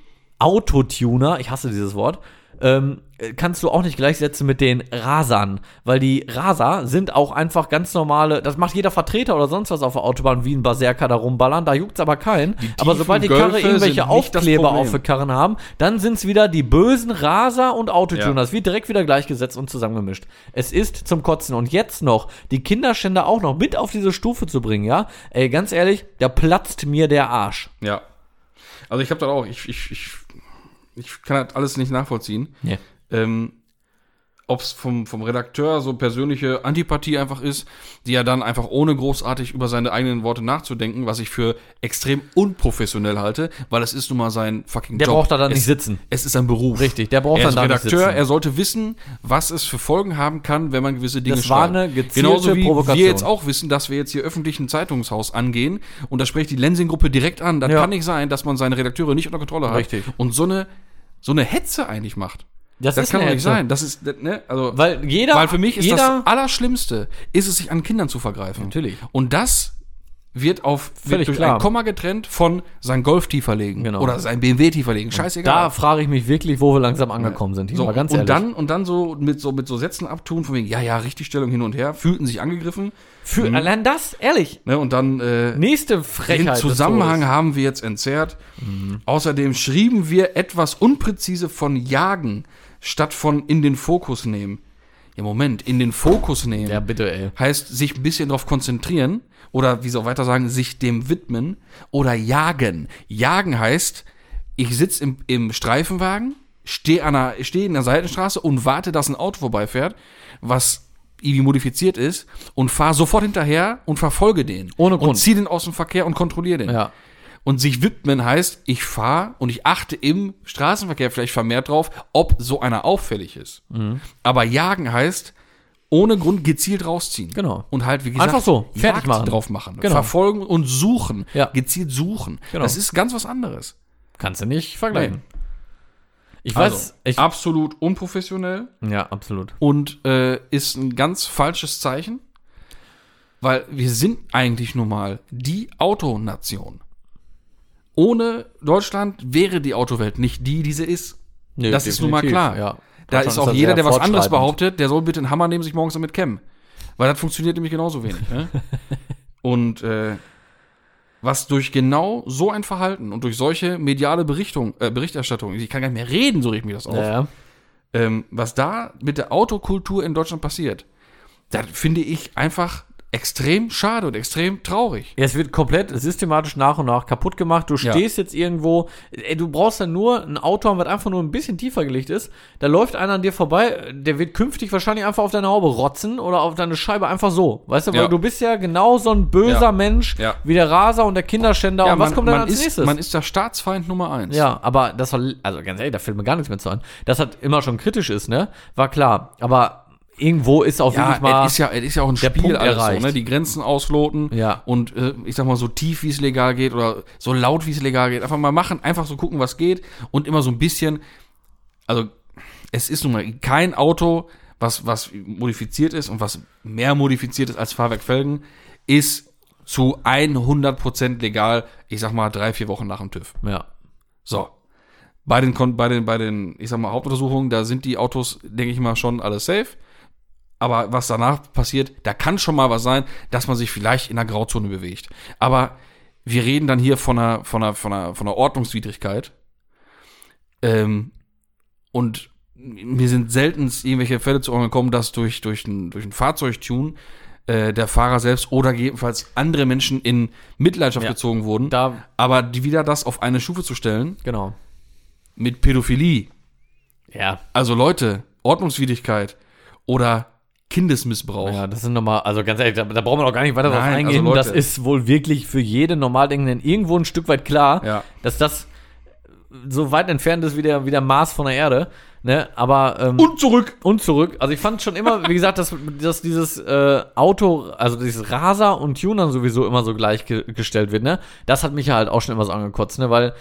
Autotuner, ich hasse dieses Wort, ähm, kannst du auch nicht gleichsetzen mit den Rasern. Weil die Raser sind auch einfach ganz normale, das macht jeder Vertreter oder sonst was auf der Autobahn wie ein Berserker da rumballern, da juckt's aber keinen. Aber sobald die
tiefen
Karre
Gölfe
irgendwelche
sind nicht das
Aufkleber
Problem.
auf der Karren haben, dann sind's wieder die bösen Raser und Autotuners. Wird direkt wieder gleichgesetzt und zusammengemischt. Es ist zum Kotzen. Und jetzt noch die Kinderschänder auch noch mit auf diese Stufe zu bringen, ja? Ey, ganz ehrlich, da platzt mir der Arsch.
Ja. Also ich habe das auch, ich, ich, ich, ich kann das alles nicht nachvollziehen.
Nee.
Ähm, Ob es vom, vom Redakteur so persönliche Antipathie einfach ist, die er dann einfach ohne großartig über seine eigenen Worte nachzudenken, was ich für extrem unprofessionell halte, weil es ist nun mal sein fucking
Der
Job.
braucht da dann
es,
nicht sitzen.
Es ist ein Beruf.
Richtig, der braucht
er
dann
ist
da nicht
Redakteur,
sitzen.
er sollte wissen, was es für Folgen haben kann, wenn man gewisse Dinge
Das war eine gezielte
Genauso wie
Provokation.
wir jetzt auch wissen, dass wir jetzt hier öffentlich ein Zeitungshaus angehen und da spricht die Lensing-Gruppe direkt an. Das
Ja.
kann nicht sein, dass man seine Redakteure nicht unter Kontrolle hat
Richtig.
und so eine, so eine Hetze eigentlich macht.
Das
Das
ist
kann
eine
doch nicht
Hetze.
sein. Das ist, ne, also,
Weil jeder.
weil für mich ist
jeder,
das Allerschlimmste, ist es, sich an Kindern zu vergreifen.
Natürlich.
Und das wird auf
Völlig
wird durch
klar.
ein Komma getrennt von sein Golf tiefer legen
Genau.
oder sein BMW tiefer legen.
Da
Scheißegal.
frage ich mich wirklich, wo wir langsam angekommen sind. Hier
so,
mal ganz
und
ehrlich.
dann und dann so mit so mit so Sätzen abtun von wegen ja ja Richtigstellung hin und her fühlten sich angegriffen
für, allein das, ehrlich.
ne, und dann äh,
Nächste
hm? den
Frechheit. Mhm.
Zusammenhang haben wir jetzt entzerrt außerdem schrieben wir etwas unpräzise von jagen statt von in den Fokus nehmen ja Moment in den Fokus nehmen
Ja, bitte, ey.
heißt sich ein bisschen darauf konzentrieren oder wie soll weiter sagen, sich dem widmen oder jagen. Jagen heißt, ich sitze im, im Streifenwagen, stehe steh in der Seitenstraße und warte, dass ein Auto vorbeifährt, was irgendwie modifiziert ist und fahre sofort hinterher und verfolge den.
Ohne
Und
Grund.
ziehe den aus dem Verkehr und kontrolliere den.
Ja.
Und sich widmen heißt, ich fahre und ich achte im Straßenverkehr vielleicht vermehrt drauf, ob so einer auffällig ist.
Mhm.
Aber jagen heißt, ohne Grund gezielt rausziehen.
Genau.
Und halt, wie gesagt,
Einfach so, fertig
Jagd
machen.
drauf machen.
Genau.
Verfolgen und suchen.
Ja.
Gezielt suchen.
Genau.
Das ist ganz was anderes.
Kannst du nicht vergleichen. Ich
Also,
weiß, ich,
absolut unprofessionell
ja, absolut.
und äh, ist ein ganz falsches Zeichen, weil wir sind eigentlich nun mal die Autonation. Ohne Deutschland wäre die Autowelt nicht die, die sie ist.
Nee,
das ist nun mal
definitiv,
klar.
ja.
Da
Deutschland
ist auch
da
jeder,
sehr
der was anderes
fortschreitend.
behauptet, der soll bitte einen Hammer nehmen, sich morgens damit kämmen. Weil das funktioniert nämlich genauso wenig. Ne? Und äh, was durch genau so ein Verhalten und durch solche mediale Berichtung, äh, Berichterstattung, ich kann gar nicht mehr reden, so regt mich das auf,
Ja, ja.
ähm, was da mit der Autokultur in Deutschland passiert, das finde ich einfach extrem schade und extrem traurig.
Ja, es wird komplett systematisch nach und nach kaputt gemacht. Du
Ja.
stehst jetzt irgendwo, ey, du brauchst dann nur ein Auto haben, was einfach nur ein bisschen tiefer gelegt ist. Da läuft einer an dir vorbei, der wird künftig wahrscheinlich einfach auf deine Haube rotzen oder auf deine Scheibe einfach so. Weißt du, weil
Ja.
du bist ja genau so ein böser
Ja.
Mensch
Ja.
wie der Raser und der Kinderschänder. und was kommt dann als
ist,
nächstes?
Man ist der Staatsfeind Nummer eins.
Ja, aber das war, also ganz ehrlich, da fällt mir gar nichts mehr zu an. Das hat immer schon kritisch ist, ne? War klar. Aber irgendwo ist auch
Ja,
wirklich mal.
es ist ja, es ist ja auch ein
der
Spiel
Punkt
alles so,
erreicht.
ne? Die Grenzen ausloten
Ja.
und äh, ich sag mal so tief wie es legal geht oder so laut wie es legal geht. Einfach mal machen, einfach so gucken, was geht und immer so ein bisschen. Also es ist nun mal kein Auto, was was modifiziert ist und was mehr modifiziert ist als Fahrwerkfelgen, ist zu 100% legal. Ich sag mal drei vier Wochen nach dem TÜV.
ja.
So. Bei den, Kon- bei den, bei den, ich sag mal, Hauptuntersuchungen, da sind die Autos, denke ich mal, schon alles safe. Aber was danach passiert, da kann schon mal was sein, dass man sich vielleicht in der Grauzone bewegt. Aber wir reden dann hier von einer, von einer, von einer, von einer Ordnungswidrigkeit. Ähm, und mir sind selten irgendwelche Fälle zu Ohren gekommen, dass durch, durch ein, durch ein Fahrzeugtun äh, der Fahrer selbst oder gegebenenfalls andere Menschen in Mitleidenschaft
Ja.
gezogen wurden.
Da,
Aber die, wieder das auf eine Stufe zu stellen
genau.
mit Pädophilie,
Ja.
also Leute, Ordnungswidrigkeit oder Kindesmissbrauch.
Ja, das sind nochmal, also ganz ehrlich, da, da brauchen wir auch gar nicht weiter drauf
Nein, also
eingehen.
Leute.
das ist wohl wirklich für jeden Normaldenkenden irgendwo ein Stück weit klar,
Ja.
dass das so weit entfernt ist wie der, wie der Mars von der Erde. Ne? Aber ähm,
Und zurück.
und zurück. Also ich fand schon immer, wie gesagt, dass, dass dieses äh, Auto, also dieses Raser und Tuner sowieso immer so gleichgestellt wird, ne? Das hat mich ja halt auch schon immer so angekotzt, ne? Weil,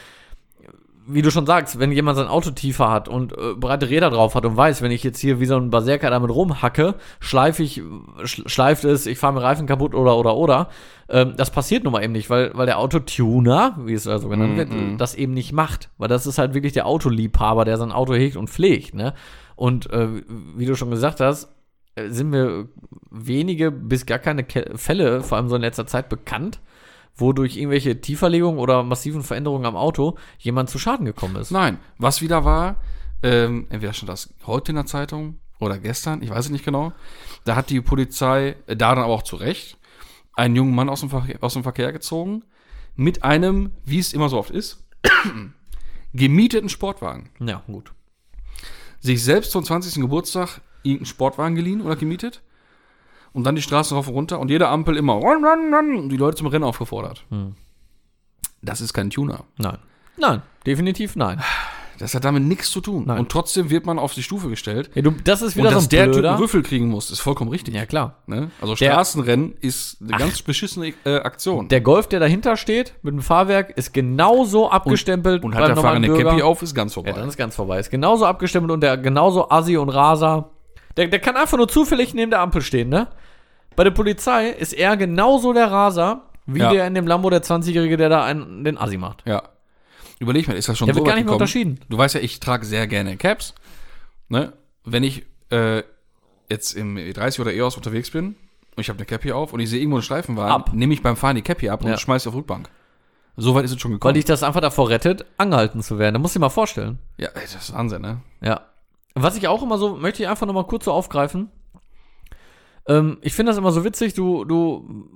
wie du schon sagst, wenn jemand sein Auto tiefer hat und äh, breite Räder drauf hat und weiß, wenn ich jetzt hier wie so ein Berserker damit rumhacke, schleife ich, sch schleift es, ich fahre mir Reifen kaputt oder oder oder. Ähm, das passiert nun mal eben nicht, weil, weil der Autotuner, wie es also genannt wird, das eben nicht macht. Weil das ist halt wirklich der Autoliebhaber, der sein Auto hegt und pflegt, ne? Und äh, wie du schon gesagt hast, äh, sind mir wenige bis gar keine Ke Fälle, vor allem so in letzter Zeit, bekannt, wo durch irgendwelche Tieferlegungen oder massiven Veränderungen am Auto jemand zu Schaden gekommen ist.
Nein, was wieder war, ähm, entweder stand das heute in der Zeitung oder gestern, ich weiß es nicht genau. Da hat die Polizei, äh, da dann aber auch zu Recht, einen jungen Mann aus dem, Verkehr, aus dem Verkehr gezogen mit einem, wie es immer so oft ist, gemieteten Sportwagen.
Ja, gut.
Sich selbst zum 20. Geburtstag irgendeinen Sportwagen geliehen oder gemietet und dann die Straßen rauf und runter und jede Ampel immer run, run, run, und die Leute zum Rennen aufgefordert.
Hm.
Das ist kein Tuner.
Nein. Nein, definitiv nein.
Ah. Das hat damit nichts zu tun.
Nein.
Und trotzdem wird man auf die Stufe gestellt.
Ja, du, das ist
Und
wieder
dass
so ein
der Typ
blöder.
einen Würfel kriegen muss, ist vollkommen richtig.
ja, klar.
Ne? Also Straßenrennen ist eine ganz beschissene äh, Aktion.
Der Golf, der dahinter steht, mit dem Fahrwerk, ist genauso abgestempelt.
und
beim
hat der
normalen
fahrende
Bürger.
Cappy auf, ist ganz vorbei.
Ja, dann ist ganz vorbei. Ist genauso abgestimmt und der genauso Assi und Raser. Der, der kann einfach nur zufällig neben der Ampel stehen, ne? Bei der Polizei ist er genauso der Raser, wie
Ja.
der in dem Lambo der 20-Jährige, der da einen, den Assi macht.
ja. Überleg mal, ist das schon
Der wird
weit
gar nicht mehr
gekommen?
unterschieden.
Du weißt ja, ich trage sehr gerne Caps. Ne? Wenn ich äh, jetzt im E30 oder EOS unterwegs bin und ich habe eine Cappy auf und ich sehe irgendwo einen
Ab.
Streifenwagen, nehme ich beim Fahren die Cappy ab und
Ja.
schmeiße auf Rückbank. So weit ist es schon
Weil
gekommen.
dich das einfach davor rettet, angehalten zu werden. Da musst du dir mal vorstellen.
ja, ey, das ist Wahnsinn, ne?
Ja. Was ich auch immer so, möchte ich einfach nochmal kurz so aufgreifen. Ähm, ich finde das immer so witzig, du, du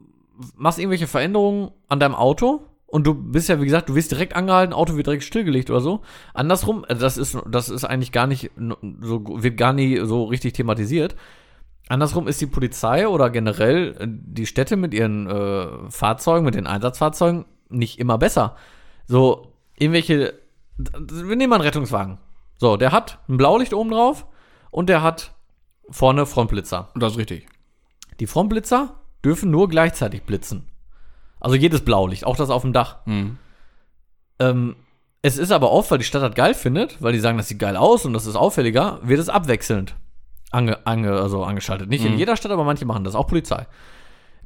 machst irgendwelche Veränderungen an deinem Auto und du bist ja, wie gesagt, du wirst direkt angehalten, Auto wird direkt stillgelegt oder so. Andersrum, äh, das ist, das ist eigentlich gar nicht, no- so, wird gar nie so richtig thematisiert. Andersrum ist die Polizei oder generell äh, die Städte mit ihren äh, Fahrzeugen, mit den Einsatzfahrzeugen nicht immer besser. So, irgendwelche, wir nehmen mal einen Rettungswagen. So, der hat ein Blaulicht oben drauf und der hat vorne Frontblitzer.
Und das ist richtig.
Die Frontblitzer dürfen nur gleichzeitig blitzen. Also jedes Blaulicht, auch das auf dem Dach.
Mhm.
Ähm, es ist aber oft, weil die Stadt das geil findet, weil die sagen, das sieht geil aus und das ist auffälliger, wird es abwechselnd ange, ange, also angeschaltet. Nicht in jeder Stadt, aber manche machen das, auch Polizei.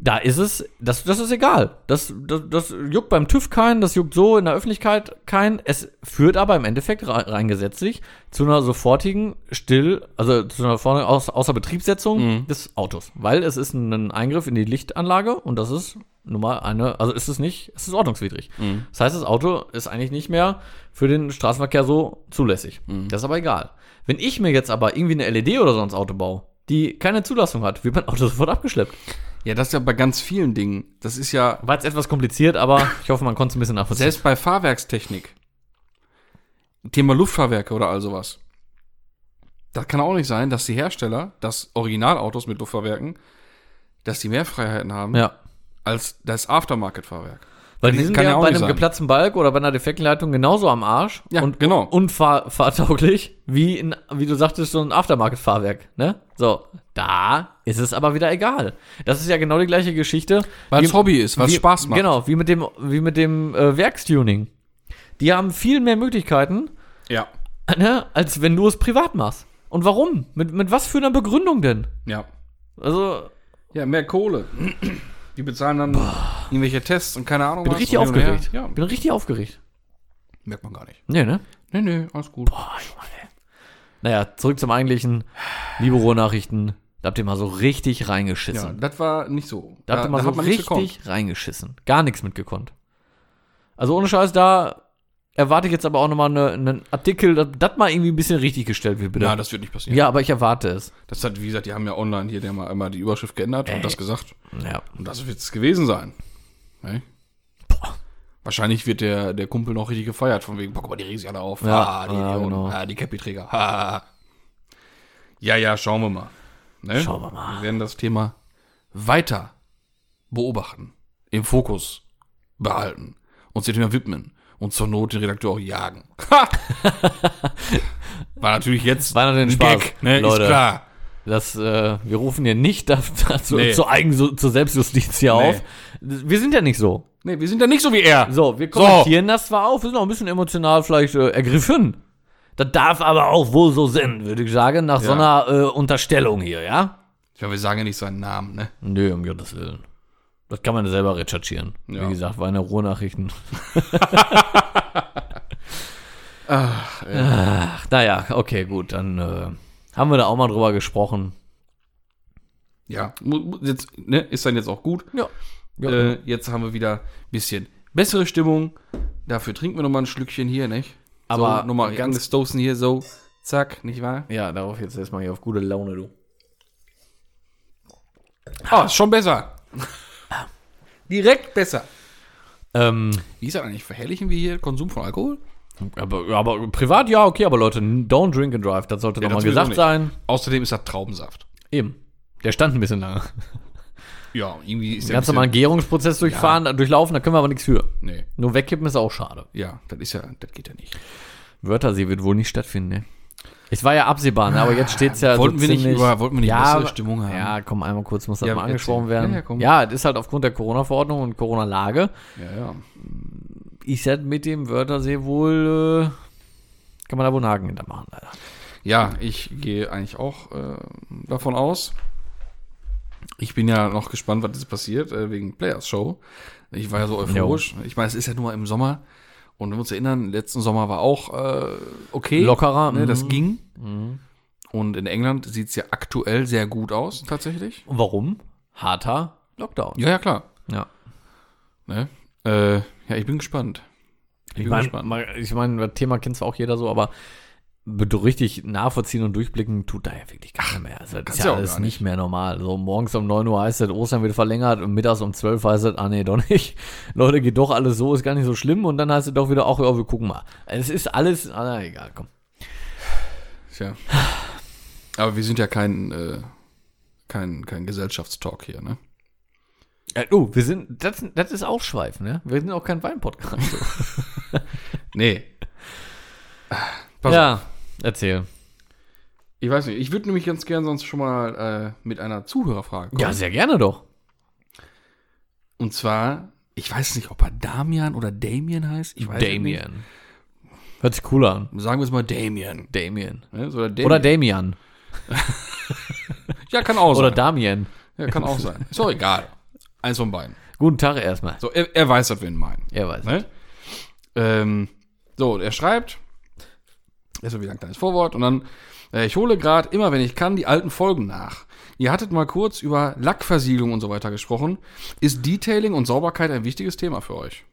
Da ist es, das, das ist egal. Das, das, das juckt beim TÜV keinen, das juckt so in der Öffentlichkeit keinen. Es führt aber im Endeffekt rei- rein gesetzlich zu einer sofortigen Still, also zu einer vorne aus, außer Betriebssetzung des Autos. Weil es ist ein Eingriff in die Lichtanlage und das ist nun mal eine, also ist es nicht, es ist ordnungswidrig. Das heißt, das Auto ist eigentlich nicht mehr für den Straßenverkehr so zulässig. Das ist aber egal. Wenn ich mir jetzt aber irgendwie eine LED oder sonst Auto baue, die keine Zulassung hat, wird mein Auto sofort abgeschleppt.
Ja, das ist ja bei ganz vielen Dingen. Das ist ja
War jetzt etwas kompliziert, aber ich hoffe, man konnte es ein bisschen nachvollziehen.
Selbst bei Fahrwerkstechnik. Thema Luftfahrwerke oder all sowas. Da kann auch nicht sein, dass die Hersteller, dass Originalautos mit Luftfahrwerken, dass die mehr Freiheiten haben
ja.
als das Aftermarket-Fahrwerk.
Weil
Kann-
die sind
kann
ja
ja auch
bei
nicht
einem
sein.
geplatzten Balk oder bei einer defekten Leitung genauso am Arsch
Ja,
und
genau.
unfahrtauglich wie, in, wie du sagtest, so ein Aftermarket-Fahrwerk. Ne? So, da ist es aber wieder egal. Das ist ja genau die gleiche Geschichte.
Weil es
wie-
Hobby ist, was
wie,
Spaß macht.
Genau, wie mit dem, wie mit dem äh, Werkstuning. Die haben viel mehr Möglichkeiten,
Ja.
ne, als wenn du es privat machst. Und warum? Mit, mit was für einer Begründung denn?
Ja.
Also,
Ja, mehr Kohle. Die bezahlen dann irgendwelche Tests und keine Ahnung
bin richtig
und hin und her.
aufgeregt. Bin richtig aufgeregt.
Ja, merkt man gar nicht.
Nee, ne?
Nee, nee, alles gut.
Naja, zurück zum eigentlichen. Liebe Ruhrnachrichten, da habt ihr mal so richtig
ja,
reingeschissen.
das war nicht so.
da habt ihr mal so
hat man nichts gekonnt.
richtig reingeschissen. Gar nichts mitgekonnt. Also ohne Scheiß, da erwarte ich jetzt aber auch nochmal einen ne, einen Artikel, dass das mal irgendwie ein bisschen richtig gestellt wird, bitte.
Ja, das wird nicht passieren.
ja, aber ich erwarte es.
Das hat, wie gesagt, die haben ja online hier der mal einmal die Überschrift geändert und das gesagt.
Ja.
Und das wird es gewesen sein. Ne? Wahrscheinlich wird der, der Kumpel noch richtig gefeiert, von wegen, boah, guck mal, die regen sich alle auf.
Ja,
ah, die,
ja,
Idioten.
genau.
ah, die Cappy-Träger. Ah. Ja, ja, schauen wir mal. Ne?
Schauen wir mal.
Wir werden das Thema weiter beobachten, im Fokus behalten, uns dem Thema widmen und zur Not den Redakteur auch jagen. Ha! War natürlich jetzt
War natürlich ein Spaß,
ne?
Leute.
Ist klar.
Das, äh, wir rufen hier nicht da, dazu,
Nee.
zur, Eigen, zur Selbstjustiz hier
Nee.
auf. Wir sind ja nicht so.
Nee, wir sind ja nicht so wie er.
So, wir kommentieren das zwar auf, wir sind auch ein bisschen emotional vielleicht äh, ergriffen. Das darf aber auch wohl so sein, würde ich sagen, nach so
Ja.
einer äh, Unterstellung hier, ja?
Ja, wir sagen ja nicht seinen Namen, ne?
Nö, um Gottes Willen. Das kann man ja selber recherchieren.
Ja.
Wie gesagt, war in der Ruhrnachrichten.
Ach, ja.
Ach, naja, okay, gut, dann äh, haben wir da auch mal drüber gesprochen.
ja. Mu- mu- Jetzt, ne? Ist dann jetzt auch gut.
Ja. Ja.
Äh, jetzt haben wir wieder ein bisschen bessere Stimmung. Dafür trinken wir nochmal ein Schlückchen hier, nicht?
Aber
so, nochmal
ganz-
ganz stoßen hier so. Zack, nicht wahr?
Ja, darauf jetzt erstmal hier auf gute Laune, du.
Ah, ist schon besser. Ah. Direkt besser.
Ähm,
Wie ist das eigentlich? Verherrlichen wir hier Konsum von Alkohol?
aber, aber privat ja, okay, aber Leute, don't drink and drive, das sollte nochmal
das sowieso
gesagt
nicht.
sein.
Außerdem ist das Traubensaft.
Eben. Der stand ein bisschen lange.
Ja, irgendwie ist der.
Ganz normal einen Gärungsprozess durchfahren, äh, durchlaufen, da können wir aber nichts für.
Nee,
Nur wegkippen ist auch schade.
ja, das ist ja, das geht ja nicht.
Wörthersee wird wohl nicht stattfinden, ne? Es war ja absehbar, ne? aber jetzt steht es ja.
Wollten wir nicht
ziemlich-
über- wollten wir nicht
ja,
bessere
aber-
Stimmung haben?
Ja, komm, einmal kurz muss das
Ja,
mal
erzähl.
angesprochen
Ja, ja,
werden.
komm.
Ja, das ist halt aufgrund der Corona-Verordnung und Corona-Lage.
Ja, ja.
Ist halt mit dem Wörthersee wohl. Äh, kann man da wohl einen Haken hintermachen, leider.
Ja, ich gehe eigentlich auch äh, davon aus. Ich bin ja noch gespannt, was jetzt passiert, äh, wegen Players Show. Ich war ja so euphorisch. Ich meine, es ist ja nur im Sommer. Und wenn wir uns erinnern, letzten Sommer war auch äh, okay.
Lockerer,
Ne, das
mhm.
ging. Und in England sieht es ja aktuell sehr gut aus, tatsächlich.
Und warum? Harter Lockdown.
Ja, ja, klar.
Ja.
Ne? Äh, ja, ich bin gespannt.
Ich
bin
meine,
gespannt.
mal- ich mein, das Thema kennt zwar auch jeder so, aber be- richtig nachvollziehen und durchblicken tut da ja wirklich keiner mehr. Also, das
kannst
ist
ja
ja
auch
alles
gar nicht.
nicht mehr normal. So morgens um 9 Uhr heißt es, Ostern wird verlängert und mittags um 12 heißt es, ah nee, doch nicht. Leute, geht doch alles so, ist gar nicht so schlimm. Und dann heißt es doch wieder, auch, ja, wir gucken mal. Es ist alles, ah, na, egal, komm.
Tja. Aber wir sind ja kein, äh, kein, kein Gesellschaftstalk hier, ne?
Äh, oh, wir sind, das, das ist Ausschweifen, ne? Wir sind auch kein Wein-Podcast.
Nee. Pass auf.
ja, erzähl.
Ich weiß nicht, ich würde nämlich ganz gern sonst schon mal äh, mit einer Zuhörerfrage kommen.
Ja, sehr gerne doch.
Und zwar, ich weiß nicht, ob er Damian oder Damien heißt. Ich weiß es Nicht.
Damien. Hört sich cool an.
Sagen wir es mal Damien.
Damien.
Ne? So, oder Damien.
Oder Damian.
ja, kann auch
Oder
sein.
Damien.
ja, kann auch sein. Ist doch egal. Eins von beiden.
Guten Tag erstmal.
So, er, er weiß, was wir ihn meinen.
Er weiß.
Ne? Ähm, so, und er schreibt, erstmal wieder ein kleines Vorwort und dann, äh, ich hole gerade immer, wenn ich kann, die alten Folgen nach. Ihr hattet mal kurz über Lackversiegelung und so weiter gesprochen. Ist Detailing und Sauberkeit ein wichtiges Thema für euch?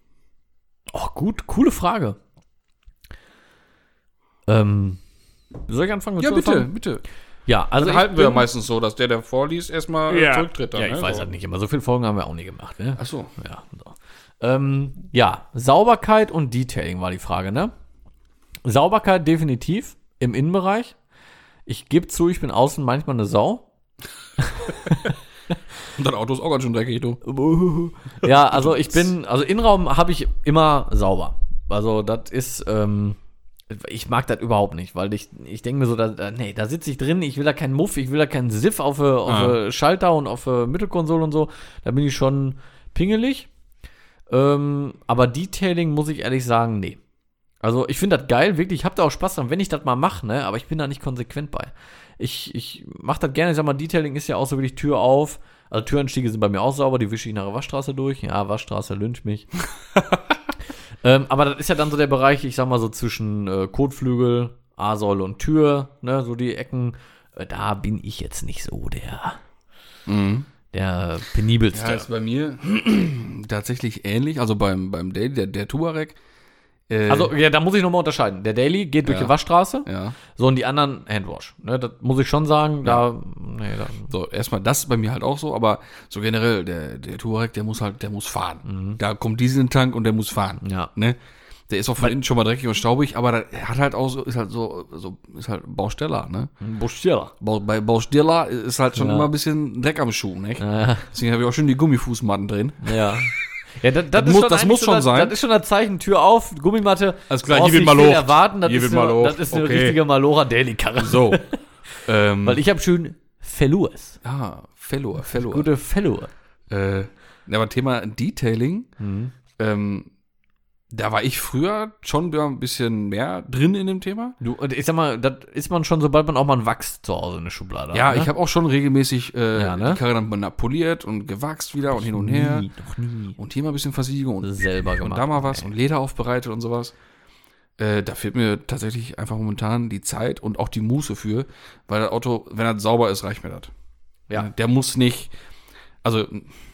Oh, gut, coole Frage. Ähm, soll ich anfangen?
Ja,
Willst du
bitte,
anfangen?
bitte.
Ja, also
Das
ich
halten wir ja
bin-
meistens so, dass der, der vorliest, erstmal äh,
ja.
zurücktritt.
Ja, ich
ne?
weiß
so.
halt nicht immer. So viele Folgen haben wir auch nie gemacht, ne?
Ach so.
Ja, so. Ähm, ja, Sauberkeit und Detailing war die Frage, ne? Sauberkeit definitiv im Innenbereich. Ich gebe zu, ich bin außen manchmal eine Sau.
Und dein Auto ist auch ganz schön dreckig, du.
Ja, also ich bin, also Innenraum habe ich immer sauber. Also das ist, ähm, ich mag das überhaupt nicht, weil ich, ich denke mir so, da, da, nee, da sitze ich drin, ich will da keinen Muff, ich will da keinen Siff auf, äh, auf
Ah.
äh, Schalter und auf äh, Mittelkonsole und so. Da bin ich schon pingelig. Ähm, aber Detailing muss ich ehrlich sagen, nee. Also ich finde das geil, wirklich, ich habe da auch Spaß dran, wenn ich das mal mache, ne? Aber ich bin da nicht konsequent bei. Ich, ich mache das gerne, ich sag mal, Detailing ist ja auch so wirklich Tür auf. Also Türanstiege sind bei mir auch sauber, die wische ich nach der Waschstraße durch. Ja, Waschstraße lynch mich. ähm, aber das ist ja dann so der Bereich, ich sag mal so zwischen äh, Kotflügel, A-Säule und Tür, ne, so die Ecken. Äh, da bin ich jetzt nicht so der, der penibelste.
Mhm. Ja, ist bei mir tatsächlich ähnlich. Also beim, beim Daily, der, der Tuareg. Äh,
also ja, da muss ich nochmal unterscheiden. Der Daily geht durch
Ja.
die Waschstraße,
ja.
so und die anderen Handwash. Ne, das muss ich schon sagen. Da, nee, da
So, erstmal das bei mir halt auch so, aber so generell, der, der Touareg, der muss halt, der muss fahren.
Mhm.
Da kommt Diesel in den Tank und der muss fahren.
Ja.
Ne? Der ist auch von innen schon mal dreckig und staubig, aber der hat halt auch so, ist halt so, so ist halt Bausteller, ne?
Buschiller.
Bau- Bei Bausteller ist halt schon
Ja.
immer ein bisschen Dreck am Schuh, ne?
Äh,
Deswegen habe ich auch schon die Gummifußmatten drin.
ja. Ja, das,
Das muss- das
eigentlich
muss schon
das,
sein.
Das ist schon ein Zeichen, Tür auf, Gummimatte.
Alles klar,
Brauchst
hier wird
nicht
mal
viel
Luft.
erwarten, das
Hier
ist
wird mal
eine,
Luft.
das ist eine
Okay. Hm.
richtige Malora Daily Karre.
So. ähm,
Weil ich habe schön Velours.
ah, Fellow, Fellow.
Gute Velour.
Äh, ja, aber Thema Detailing, ähm, da war ich früher schon wieder ein bisschen mehr drin in dem Thema.
Du, und ich sag mal, das ist man schon, sobald man auch mal ein Wachs zu Hause in der Schublade
Ja,
hat. ne?
ich habe auch schon regelmäßig äh,
Ja, ne?
die Karre dann mal poliert und gewachst wieder und hin und her.
nie, noch nie
Und hier mal ein bisschen Versiegelung und,
selber
und
gemacht.
da mal was und Leder aufbereitet und sowas. Äh, da fehlt mir tatsächlich einfach momentan die Zeit und auch die Muße für, weil das Auto, wenn das sauber ist, reicht mir das. Ne,
Ja.
Der muss nicht, also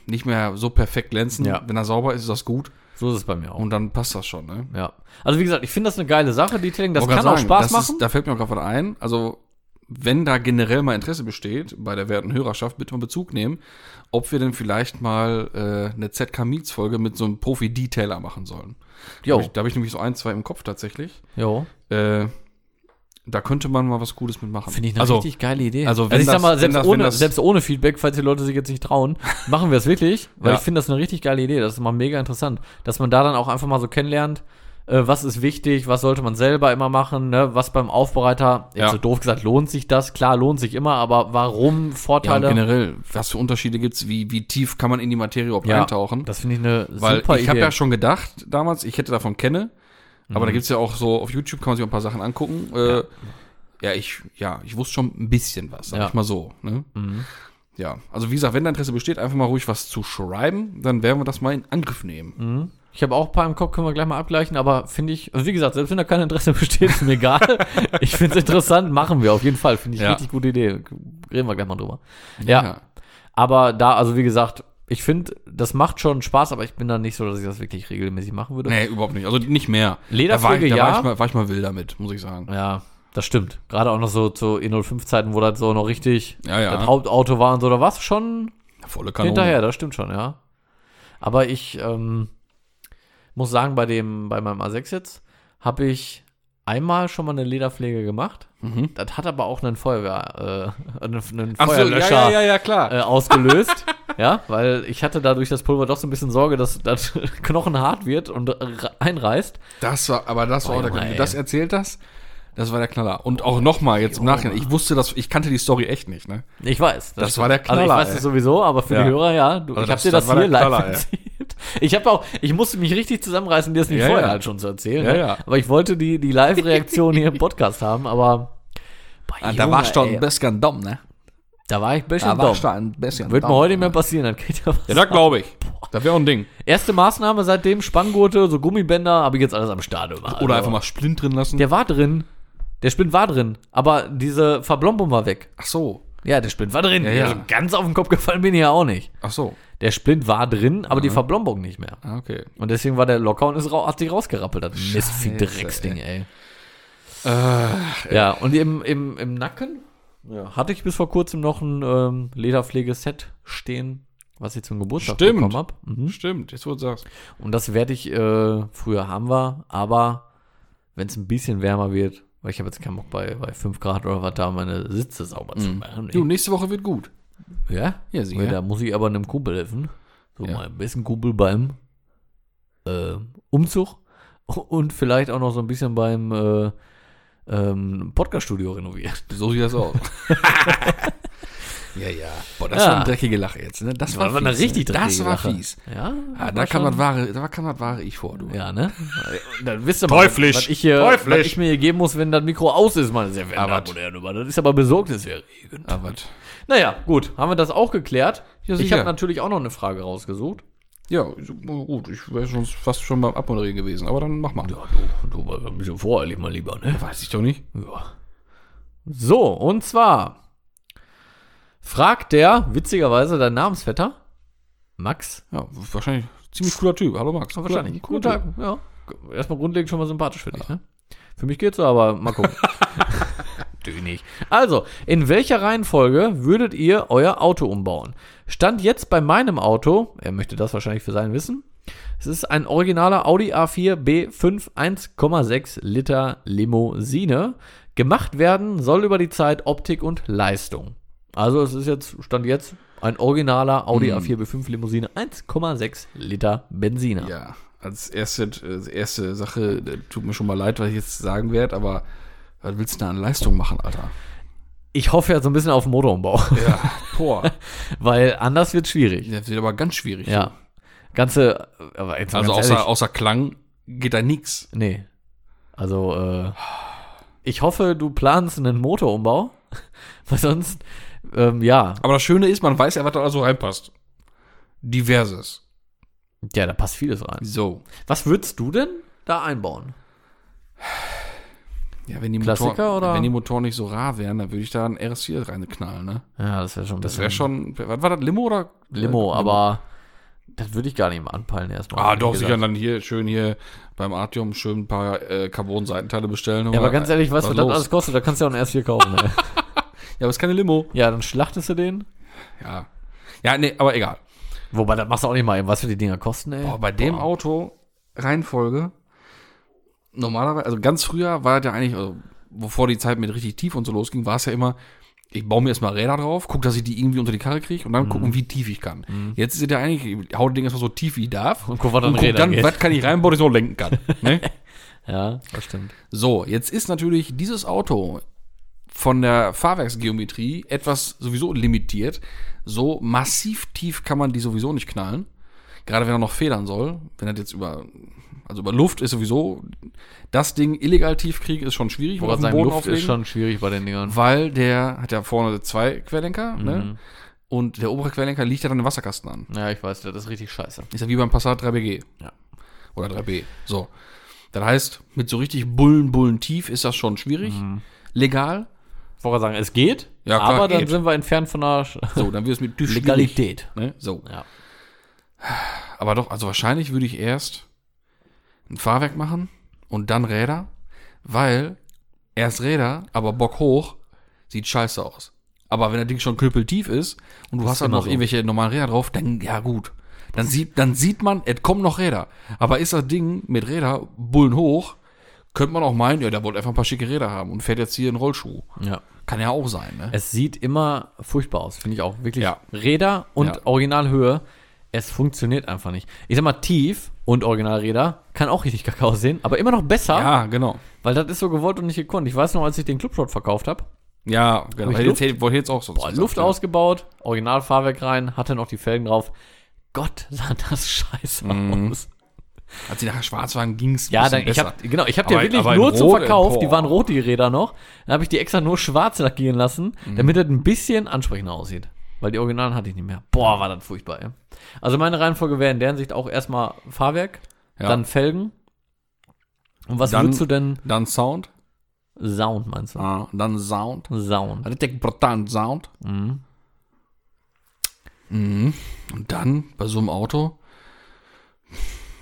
nicht mehr so perfekt glänzen.
Ja.
Wenn er sauber ist, ist das gut.
So ist es bei mir auch.
Und dann passt das schon, ne?
Ja. Also wie gesagt, ich finde das eine geile Sache, Detailing. Das
Wollte
kann
grad
auch
sagen,
Spaß
das
machen.
Ist, da fällt mir auch gerade was ein. Also, wenn da generell mal Interesse besteht, bei der werten Hörerschaft, bitte mal Bezug nehmen, ob wir denn vielleicht mal äh, eine ZK Meets Folge mit so einem Profi-Detailer machen sollen. Da
Jo.
habe ich, da hab ich nämlich so ein, zwei im Kopf tatsächlich.
jo.
Äh, da könnte man mal was Gutes mitmachen.
Finde ich eine
also,
richtig geile Idee.
also wenn
ich sag
das-
mal,
wenn
selbst,
das- wenn
ohne,
das-
selbst ohne Feedback, falls die Leute sich jetzt nicht trauen, machen wir es wirklich, weil
Ja.
ich finde das eine richtig geile Idee. Das ist mal mega interessant, dass man da dann auch einfach mal so kennenlernt, äh, was ist wichtig, was sollte man selber immer machen, ne? was beim Aufbereiter, jetzt
Ja.
so doof gesagt, lohnt sich das? Klar, lohnt sich immer, aber warum
ja, und
Vorteile?
generell, was für Unterschiede gibt's? wie, wie tief kann man in die Materie überhaupt
Ja,
eintauchen?
das finde ich eine
Weil
super
ich
Idee. Mhm.
habe ja schon gedacht damals, ich hätte davon kenne, aber da gibt es ja auch so, auf YouTube kann man sich auch ein paar Sachen angucken. Äh, ja. ich, ja, ich wusste schon ein bisschen was, sag
Ja. Mhm.
ich mal so. Ne? Ja, also wie gesagt, wenn da Interesse besteht, einfach mal ruhig was zu schreiben, dann werden wir das mal in Angriff nehmen.
Ich habe auch ein paar im Kopf, können wir gleich mal abgleichen, aber finde ich, also wie gesagt, selbst wenn da kein Interesse besteht, ist mir egal. ich finde es interessant, machen wir auf jeden Fall. Finde ich
Ja.
richtig gute Idee. Reden wir gleich mal drüber. Ja, aber da, also wie gesagt, ich finde, das macht schon Spaß, aber ich bin da nicht so, dass ich das wirklich regelmäßig machen würde.
Nee, überhaupt nicht. Also nicht mehr. da war,
Lederpflege,
ich- da
ja.
War ich, mal, war ich mal wild damit, muss ich sagen.
Ja, das stimmt. Gerade auch noch so zu E E05-Zeiten, wo das so noch richtig
Ja, ja.
das Hauptauto war und so, da warst du schon
Volle Kanone.
hinterher, das stimmt schon, ja. Aber ich ähm, muss sagen, bei dem, bei meinem A6 jetzt habe ich einmal schon mal eine Lederpflege gemacht.
Mhm.
Das hat aber auch einen Feuerwehr, äh, einen, einen
Ach so,
Feuerlöscher
ja, klar.
Äh, ausgelöst. ja, weil ich hatte dadurch das Pulver doch so ein bisschen Sorge, dass das Knochen hart wird und r- einreißt.
Das war, aber das war auch der
Junge,
Grund. Wenn
ey.
du das erzählt hast, das war der Knaller. Und auch nochmal jetzt im Nachhinein, ich wusste das, ich kannte die Story echt nicht, ne?
Ich weiß.
Das war der
Also ich
Knaller,
weiß
ey.
es sowieso, aber für
Ja.
die Hörer ja. Du,
Also
ich habe
das-
dir
das
das,
war
hier
der
live
Knaller, ey.
erzählt. Ich habe auch, ich musste mich richtig zusammenreißen, dir das nicht
Ja,
vorher
ja.
halt schon zu erzählen.
Ja,
ne?
ja.
Aber ich wollte die, die Live-Reaktion hier im Podcast haben, aber Boah,
Ah,
Junge, ey.
bisschen dumm, ne?
Da war ich bestimmt
war
dumm.
ich da ein bisschen
Wird mir
dumm,
heute nicht mehr
ne?
passieren, dann geht ja was.
Ja, da glaube ich. Da wäre auch ein Ding.
Erste Maßnahme seitdem, Spanngurte, so Gummibänder, habe ich jetzt alles am Start
Oder
immer. Also.
einfach mal Splint drin lassen.
Der war drin. Der Spind war drin. Aber diese Verblombung war weg.
Ach so.
Ja, der Spind war drin.
Ja, ja.
Also ganz auf den Kopf gefallen bin ich ja auch nicht.
Ach so.
Der Spind war drin, aber die Verblombung nicht mehr.
Ah, okay.
Und deswegen war der locker und ist rau- hat sich rausgerappelt. Das Mistvieh
Scheiße, Ah,
Drecksding, ey. ja, und im, im, im Nacken ja, hatte ich bis vor kurzem noch ein ähm, Lederpflegeset stehen, was ich zum Geburtstag
Stimmt.
bekommen habe. Mhm.
Stimmt, jetzt wo du sagst.
Und das werde ich, äh, früher haben wir, aber wenn es ein bisschen wärmer wird, weil ich habe jetzt keinen Bock bei, bei 5 Grad oder was da meine Sitze sauber zu machen.
Mhm. Du, nächste Woche wird gut.
ja?
Ja, sicher.
Da muss ich aber einem Kumpel helfen. So
Ja.
mal ein bisschen Kumpel beim äh, Umzug und vielleicht auch noch so ein bisschen beim äh, ähm, Podcast-Studio renovieren.
So sieht das aus. ja, ja. Boah, das
Ja.
war eine dreckige Lache jetzt, ne? Das war,
war eine richtig
ne? Das
dreckige
war
Lache.
fies.
Ja,
Ah, da,
war
kam
schon-
das wahre, da kam das wahre Ich vor, du.
Ja, ne? Dann wisst ihr mal,
Teuflisch.
was ich, hier,
Teuflisch.
was ich mir hier geben muss, wenn das Mikro aus ist, meine sehr verehrten
Aber-
Damen und Herren. Aber Das ist aber besorgniserregend.
Aber t-
Naja, gut, haben wir das auch geklärt.
Ja,
ich
sicher.
habe natürlich auch noch eine Frage rausgesucht.
ja, so, gut, ich wäre schon fast schon beim Abmoderieren gewesen, aber dann mach mal.
Du, du war ein bisschen voreilig, mein Lieber, ne?
Weiß ich doch nicht.
Ja. So, und zwar fragt der, witzigerweise, dein Namensvetter, Max.
Ja, wahrscheinlich ziemlich cooler Typ. Hallo Max. Cooler,
Guten
cooler
Tag.
Typ.
Ja. Erstmal grundlegend schon mal sympathisch für dich, ne? Für mich geht's aber, mal gucken. Du nicht. Also, in welcher Reihenfolge würdet ihr euer Auto umbauen? Stand jetzt bei meinem Auto, er möchte das wahrscheinlich für sein Wissen. Es ist ein originaler Audi A4 B5 1,6 Liter Limousine. Gemacht werden soll über die Zeit Optik und Leistung. Also, es ist jetzt, stand jetzt Ein originaler Audi A4 B5 Limousine, 1,6 Liter Benziner.
Ja, als erste, als erste Sache, äh, tut mir schon mal leid, was ich jetzt sagen werde, aber was willst du da an Leistung machen, Alter?
Ich hoffe ja so ein bisschen auf Motorumbau,
Ja, boah.
weil anders wird schwierig.
Das wird aber ganz schwierig.
Ja. Ganze, aber jetzt mal
Also
ganz
außer,
ehrlich,
außer Klang geht da nix.
Nee. Also, äh, ich hoffe, du planst einen Motorumbau, weil sonst, ähm, ja,
Aber das Schöne ist, man weiß ja, was da also reinpasst. Diverses.
ja, da passt vieles rein.
So.
Was würdest du denn da einbauen?
Ja, wenn die,
Klassiker,
Motoren,
oder?
wenn die Motoren nicht so rar wären, dann würde ich da ein RS4 reinknallen, ne?
Ja, das wäre schon ein
Das wäre schon, was war das, Limo oder?
Mhm. Limo, aber das würde ich gar nicht mal anpeilen erstmal.
Ah, doch,
Wie
sicher dann hier schön hier beim Artium schön ein paar äh, Carbon-Seitenteile bestellen.
Ja, aber ganz ehrlich, was,
was
das
los?
alles kostet, da kannst du ja auch einen S4 kaufen. ey.
Ja, aber ist keine Limo.
ja, dann schlachtest du den.
Ja. Ja, nee, aber egal.
Wobei, das machst du auch nicht mal eben. Was für die Dinger kosten, ey?
Boah, bei dem Auto, Reihenfolge, normalerweise, also ganz früher war das ja eigentlich, also bevor die Zeit mit richtig tief und so losging, war es ja immer, ich baue mir erstmal Räder drauf, guck, dass ich die irgendwie unter die Karre kriege und dann
Mhm.
gucken, wie tief ich kann. Jetzt ist es ja eigentlich, ich hau das Ding erstmal so tief wie ich darf
Und guck, was an
und guck
Rädern
dann,
geht.
was kann ich reinbauen, dass ich noch lenken kann. ne?
Ja, das stimmt.
So, jetzt ist natürlich dieses Auto von der Fahrwerksgeometrie etwas sowieso limitiert. So massiv tief kann man die sowieso nicht knallen. Gerade wenn er noch federn soll. Wenn er jetzt über, also über Luft ist sowieso, das Ding illegal tief kriegen ist schon schwierig.
Ich
weil auf
wollte
dem
sagen,
Boden
Luft ist schon schwierig bei den Dingern.
Weil der hat ja vorne zwei Querlenker,
Mhm.
ne? Und der obere Querlenker liegt ja dann im Wasserkasten an.
Ja, ich weiß, das ist richtig scheiße.
Ist ja wie beim Passat 3BG.
Ja.
Oder 3B. So. Das heißt, mit so richtig Bullen, Bullen tief ist das schon schwierig.
Mhm.
Legal.
Ich wollte sagen, es geht,
Ja, klar,
aber dann
geht.
sind wir entfernt von der Sch-
So, dann wird es mit tief schwierig,
Legalität.
Ne? So.
Ja.
Aber doch, also wahrscheinlich würde ich erst ein Fahrwerk machen und dann Räder, weil erst Räder, aber Bock hoch, sieht scheiße aus. Aber wenn das Ding schon knüppeltief ist und du hast dann
immer
noch
so.
irgendwelche normalen Räder drauf, dann ja gut. Dann sieht, dann sieht man, es kommen noch Räder. Aber ist das Ding mit Räder Bullen hoch, könnte man auch meinen, ja, der wollte einfach ein paar schicke Räder haben und fährt jetzt hier einen Rollschuh.
ja.
Kann ja auch sein, ne?
Es sieht immer furchtbar aus, finde ich auch. Wirklich.
Ja.
Räder und
Ja.
Originalhöhe, es funktioniert einfach nicht. Ich sag mal, tief und Originalräder kann auch richtig kacke aussehen, aber immer noch besser,
Ja, genau.
weil das ist so gewollt und nicht gekonnt. Ich weiß noch, als ich den Clubshot verkauft habe,
Ja, genau.
ich
Hätte
Luft?
jetzt- Wollte jetzt auch so. sagen,
Luft
ja.
ausgebaut, Originalfahrwerk rein, hatte noch die Felgen drauf. Gott, sah das scheiße
Mhm.
aus.
Als sie nachher schwarz waren, ging's
Ja,
ein
dann,
bisschen
ich hab, genau, ich habe die
Aber-
wirklich
aber in
nur zum
Rot,
Verkauf, die
boah.
waren rot, die Räder noch. Dann habe ich die extra nur schwarz lackieren lassen,
Mhm.
damit das ein bisschen ansprechender aussieht. Weil die Originalen hatte ich nicht mehr. Boah, war das furchtbar, ey. Also meine Reihenfolge wäre in der Hinsicht auch erstmal Fahrwerk,
Ja.
dann Felgen. Und was
Dann-
würdest du denn?
Dann Sound.
Sound meinst du?
Ah, dann Sound.
Sound.
Richtig brutalen Sound.
Mhm.
Mhm. Und dann bei so einem Auto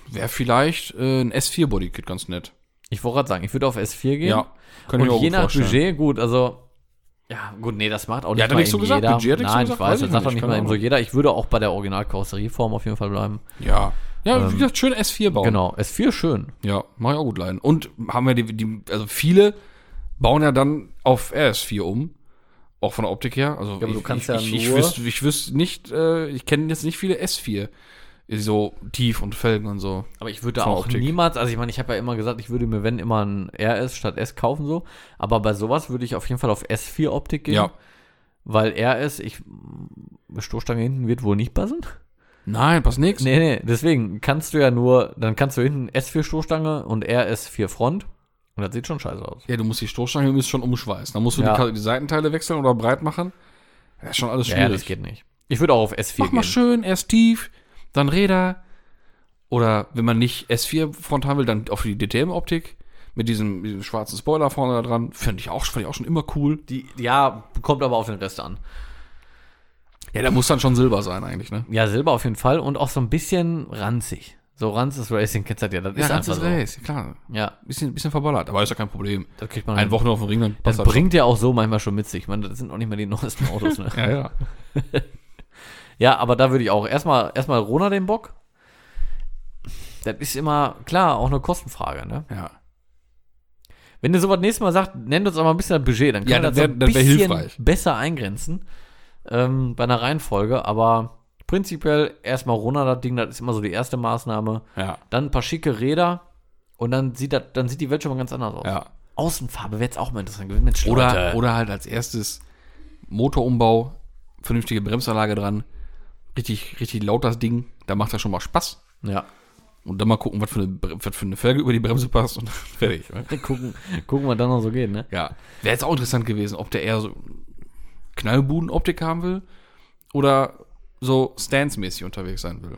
wäre vielleicht äh, ein S4 Bodykit ganz nett.
Ich wollte gerade sagen, ich würde auf S4 gehen.
Können
und
wir auch
je
gut
nach
vorstellen.
Budget, gut, also. Ja, gut, nee, das macht auch
Ja, hat er nicht so
eben
gesagt,
jeder.
Budget hat er nicht so
Nein, ich
gesagt,
weiß,
weiß
das
ich
sagt doch
nicht,
nicht
keine
mal eben so
Ahnung.
jeder. Ich würde auch bei der Originalkarosserieform auf jeden Fall bleiben.
Ja. Ja,
ähm,
wie gesagt, schön S4 bauen.
Genau, S4 schön.
Ja, mach ich auch gut leiden. Und haben wir die, die, also viele bauen ja dann auf RS4 um. Auch von der Optik her. Also
aber
ich,
du kannst
ich,
ja
ich, ich
nur-
wüsste, ich wüsste nicht, äh, ich kenne jetzt nicht viele S4. So tief und Felgen und so.
Aber ich würde da
Von
auch
Optik.
niemals, also ich meine, ich habe ja immer gesagt, ich würde mir, wenn, immer ein RS statt S kaufen, so. Aber bei sowas würde ich auf jeden Fall auf S4-Optik gehen.
Ja.
Weil RS, ich, mh, Stoßstange hinten wird wohl nicht passen.
Nein, passt nichts.
Nee, nee, deswegen kannst du ja nur, dann kannst du hinten S4-Stoßstange und RS4 Front. Und das sieht schon scheiße aus.
Ja, du musst die Stoßstange du musst schon umschweißen. Dann musst du
Ja.
die, Ka- die Seitenteile wechseln oder breit machen. Das ist schon alles
Ja,
schwierig.
das geht nicht. Ich würde auch auf S4
Mach mal
gehen.
schön, erst tief, dann Räder. Oder wenn man nicht S4 Front haben will, dann auf die DTM-Optik. Mit diesem, diesem schwarzen Spoiler vorne da dran. Fand ich, auch, fand ich auch schon immer cool.
Die, ja, kommt aber auf den Rest an.
Ja, da muss dann schon Silber sein eigentlich, ne?
Ja, Silber auf jeden Fall und auch so ein bisschen ranzig. So ranzes Racing kennst du das ja, genau. das
Ja,
ist einfach
ganzes Race,
so.
klar.
Ja,
Bisschen, bisschen verballert, aber ist ja kein Problem.
das kriegt man
Ein
hin.
Wochenende auf dem Ring, dann
Das
passt schon.
bringt ja auch so manchmal schon mit sich. Ich meine, das sind auch nicht mehr die neuesten Autos. Ne?
Ja, ja.
ja, aber da würde ich auch erstmal erstmal Rona den Bock. Das ist immer klar, auch eine Kostenfrage. Ne?
Ja,
Wenn ihr sowas nächstes Mal sagt, nennt uns auch mal ein bisschen das Budget, dann
Ja,
können wir
das
das so
wär-
ein
das wär
bisschen
hilfreich.
besser eingrenzen. ähm, bei einer Reihenfolge, aber prinzipiell erstmal runter das Ding, das ist immer so die erste Maßnahme.
Ja.
Dann ein paar schicke Räder und dann sieht, das, dann sieht die Welt schon mal ganz anders aus.
Ja.
Außenfarbe wäre jetzt auch mal interessant gewesen. Mensch,
Oder,
Leute.
oder halt als erstes Motorumbau, vernünftige Bremsanlage dran, richtig, richtig laut das Ding, da macht das schon mal Spaß.
Ja.
Und dann mal gucken, was für eine, Bre- was für eine Felge über die Bremse passt und fertig. ne?
Dann gucken, gucken, was dann noch so geht, ne?
Ja. Wäre jetzt auch interessant gewesen, ob der eher so Knallbudenoptik haben will oder so Stance-mäßig unterwegs sein will.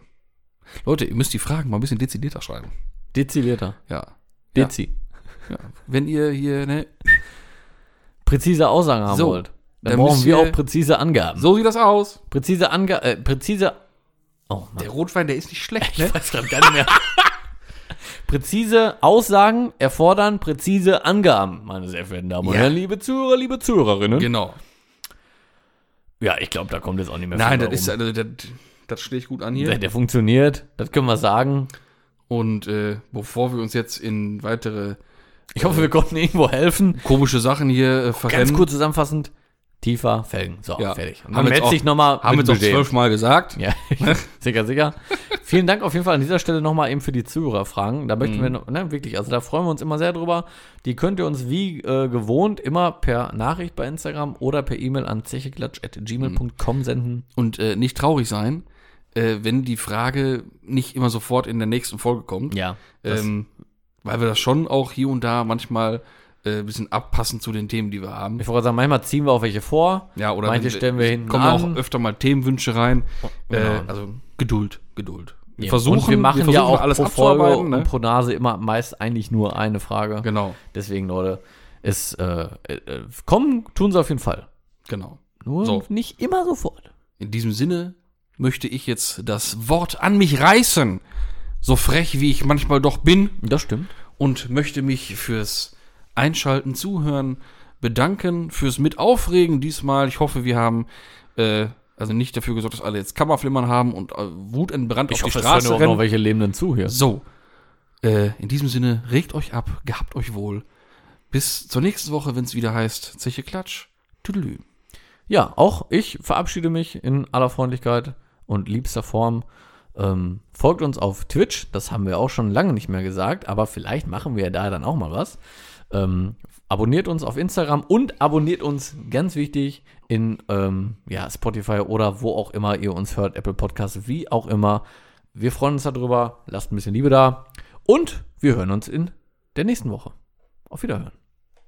Leute, ihr müsst die Fragen mal ein bisschen dezidierter schreiben.
Dezilierter.
Ja.
Dezi.
ja. Wenn ihr hier, ne,
Präzise Aussagen haben
So,
wollt. Dann,
dann
brauchen
müsst
wir
ihr-
auch präzise Angaben.
so sieht das aus.
Präzise Angaben, äh, präzise. Oh, Mann.
Der Rotwein, der ist nicht schlecht, ne?
Ich weiß gerade gar nicht mehr. präzise Aussagen erfordern präzise Angaben, meine sehr verehrten Damen und
Ja.
Herren, liebe Zuhörer, liebe Zuhörerinnen.
Genau.
ja, ich glaube, da kommt jetzt auch nicht mehr
Nein,
viel
das ist,
rum.
also, das, das schlägt gut an
der,
hier.
der funktioniert, das können wir sagen.
Und äh, bevor wir uns jetzt in weitere
Ich hoffe, wir konnten irgendwo helfen.
komische Sachen hier äh, verrennen,
Ganz kurz zusammenfassend, tiefer Felgen. So,
Ja.
fertig.
Haben jetzt auch-
nochmal
haben wir es auch zwölfmal gesagt.
Ja, sicher, sicher. Vielen Dank auf jeden Fall an dieser Stelle nochmal eben für die Zuhörerfragen. Da möchten wir,
Mhm.
noch- ne, wirklich, also da freuen wir uns immer sehr drüber. Die könnt ihr uns wie äh, gewohnt immer per Nachricht bei Instagram oder per E-Mail an zecheklatsch.gmail.com senden.
Und äh, nicht traurig sein, äh, wenn die Frage nicht immer sofort in der nächsten Folge kommt.
Ja. Ähm,
ähm, weil wir das schon auch hier und da manchmal äh, ein bisschen abpassen zu den Themen, die wir haben.
ich wollte gerade sagen, manchmal ziehen wir auch welche vor.
Ja, oder
Manche
wenn-
stellen wir hinten
kommen
an.
auch öfter mal Themenwünsche rein. Äh,
Genau.
also Geduld, Geduld. Wir
Ja.
versuchen,
und wir machen
versuchen
ja auch
alles
pro Folge
abzuarbeiten.
und
Ne?
pro Nase immer meist eigentlich nur eine Frage.
Genau,
Deswegen, Leute, es äh, äh, kommen tun sie auf jeden Fall.
genau.
Nur
So.
nicht immer sofort.
In diesem Sinne möchte ich jetzt das Wort an mich reißen, so frech wie ich manchmal doch bin,
Das stimmt.
und möchte mich fürs Einschalten, Zuhören bedanken, fürs Mitaufregen diesmal. Ich hoffe, wir haben äh, also nicht dafür gesorgt, dass alle jetzt Kammerflimmern haben und äh, wutentbrannt auf die
es
Straße
hören auch noch
rennen.
welche Lebenden zu hier.
So, äh, in diesem Sinne, regt euch ab, gehabt euch wohl. Bis zur nächsten Woche, wenn es wieder heißt, Zeche Klatsch, Tüdelü.
Ja, auch ich verabschiede mich in aller Freundlichkeit und liebster Form. Ähm, folgt uns auf Twitch, das haben wir auch schon lange nicht mehr gesagt, aber vielleicht machen wir da dann auch mal was. Ähm, abonniert uns auf Instagram und abonniert uns, ganz wichtig, in ähm, ja, Spotify oder wo auch immer ihr uns hört, Apple Podcasts, wie auch immer. Wir freuen uns darüber, lasst ein bisschen Liebe da und wir hören uns in der nächsten Woche. Auf Wiederhören.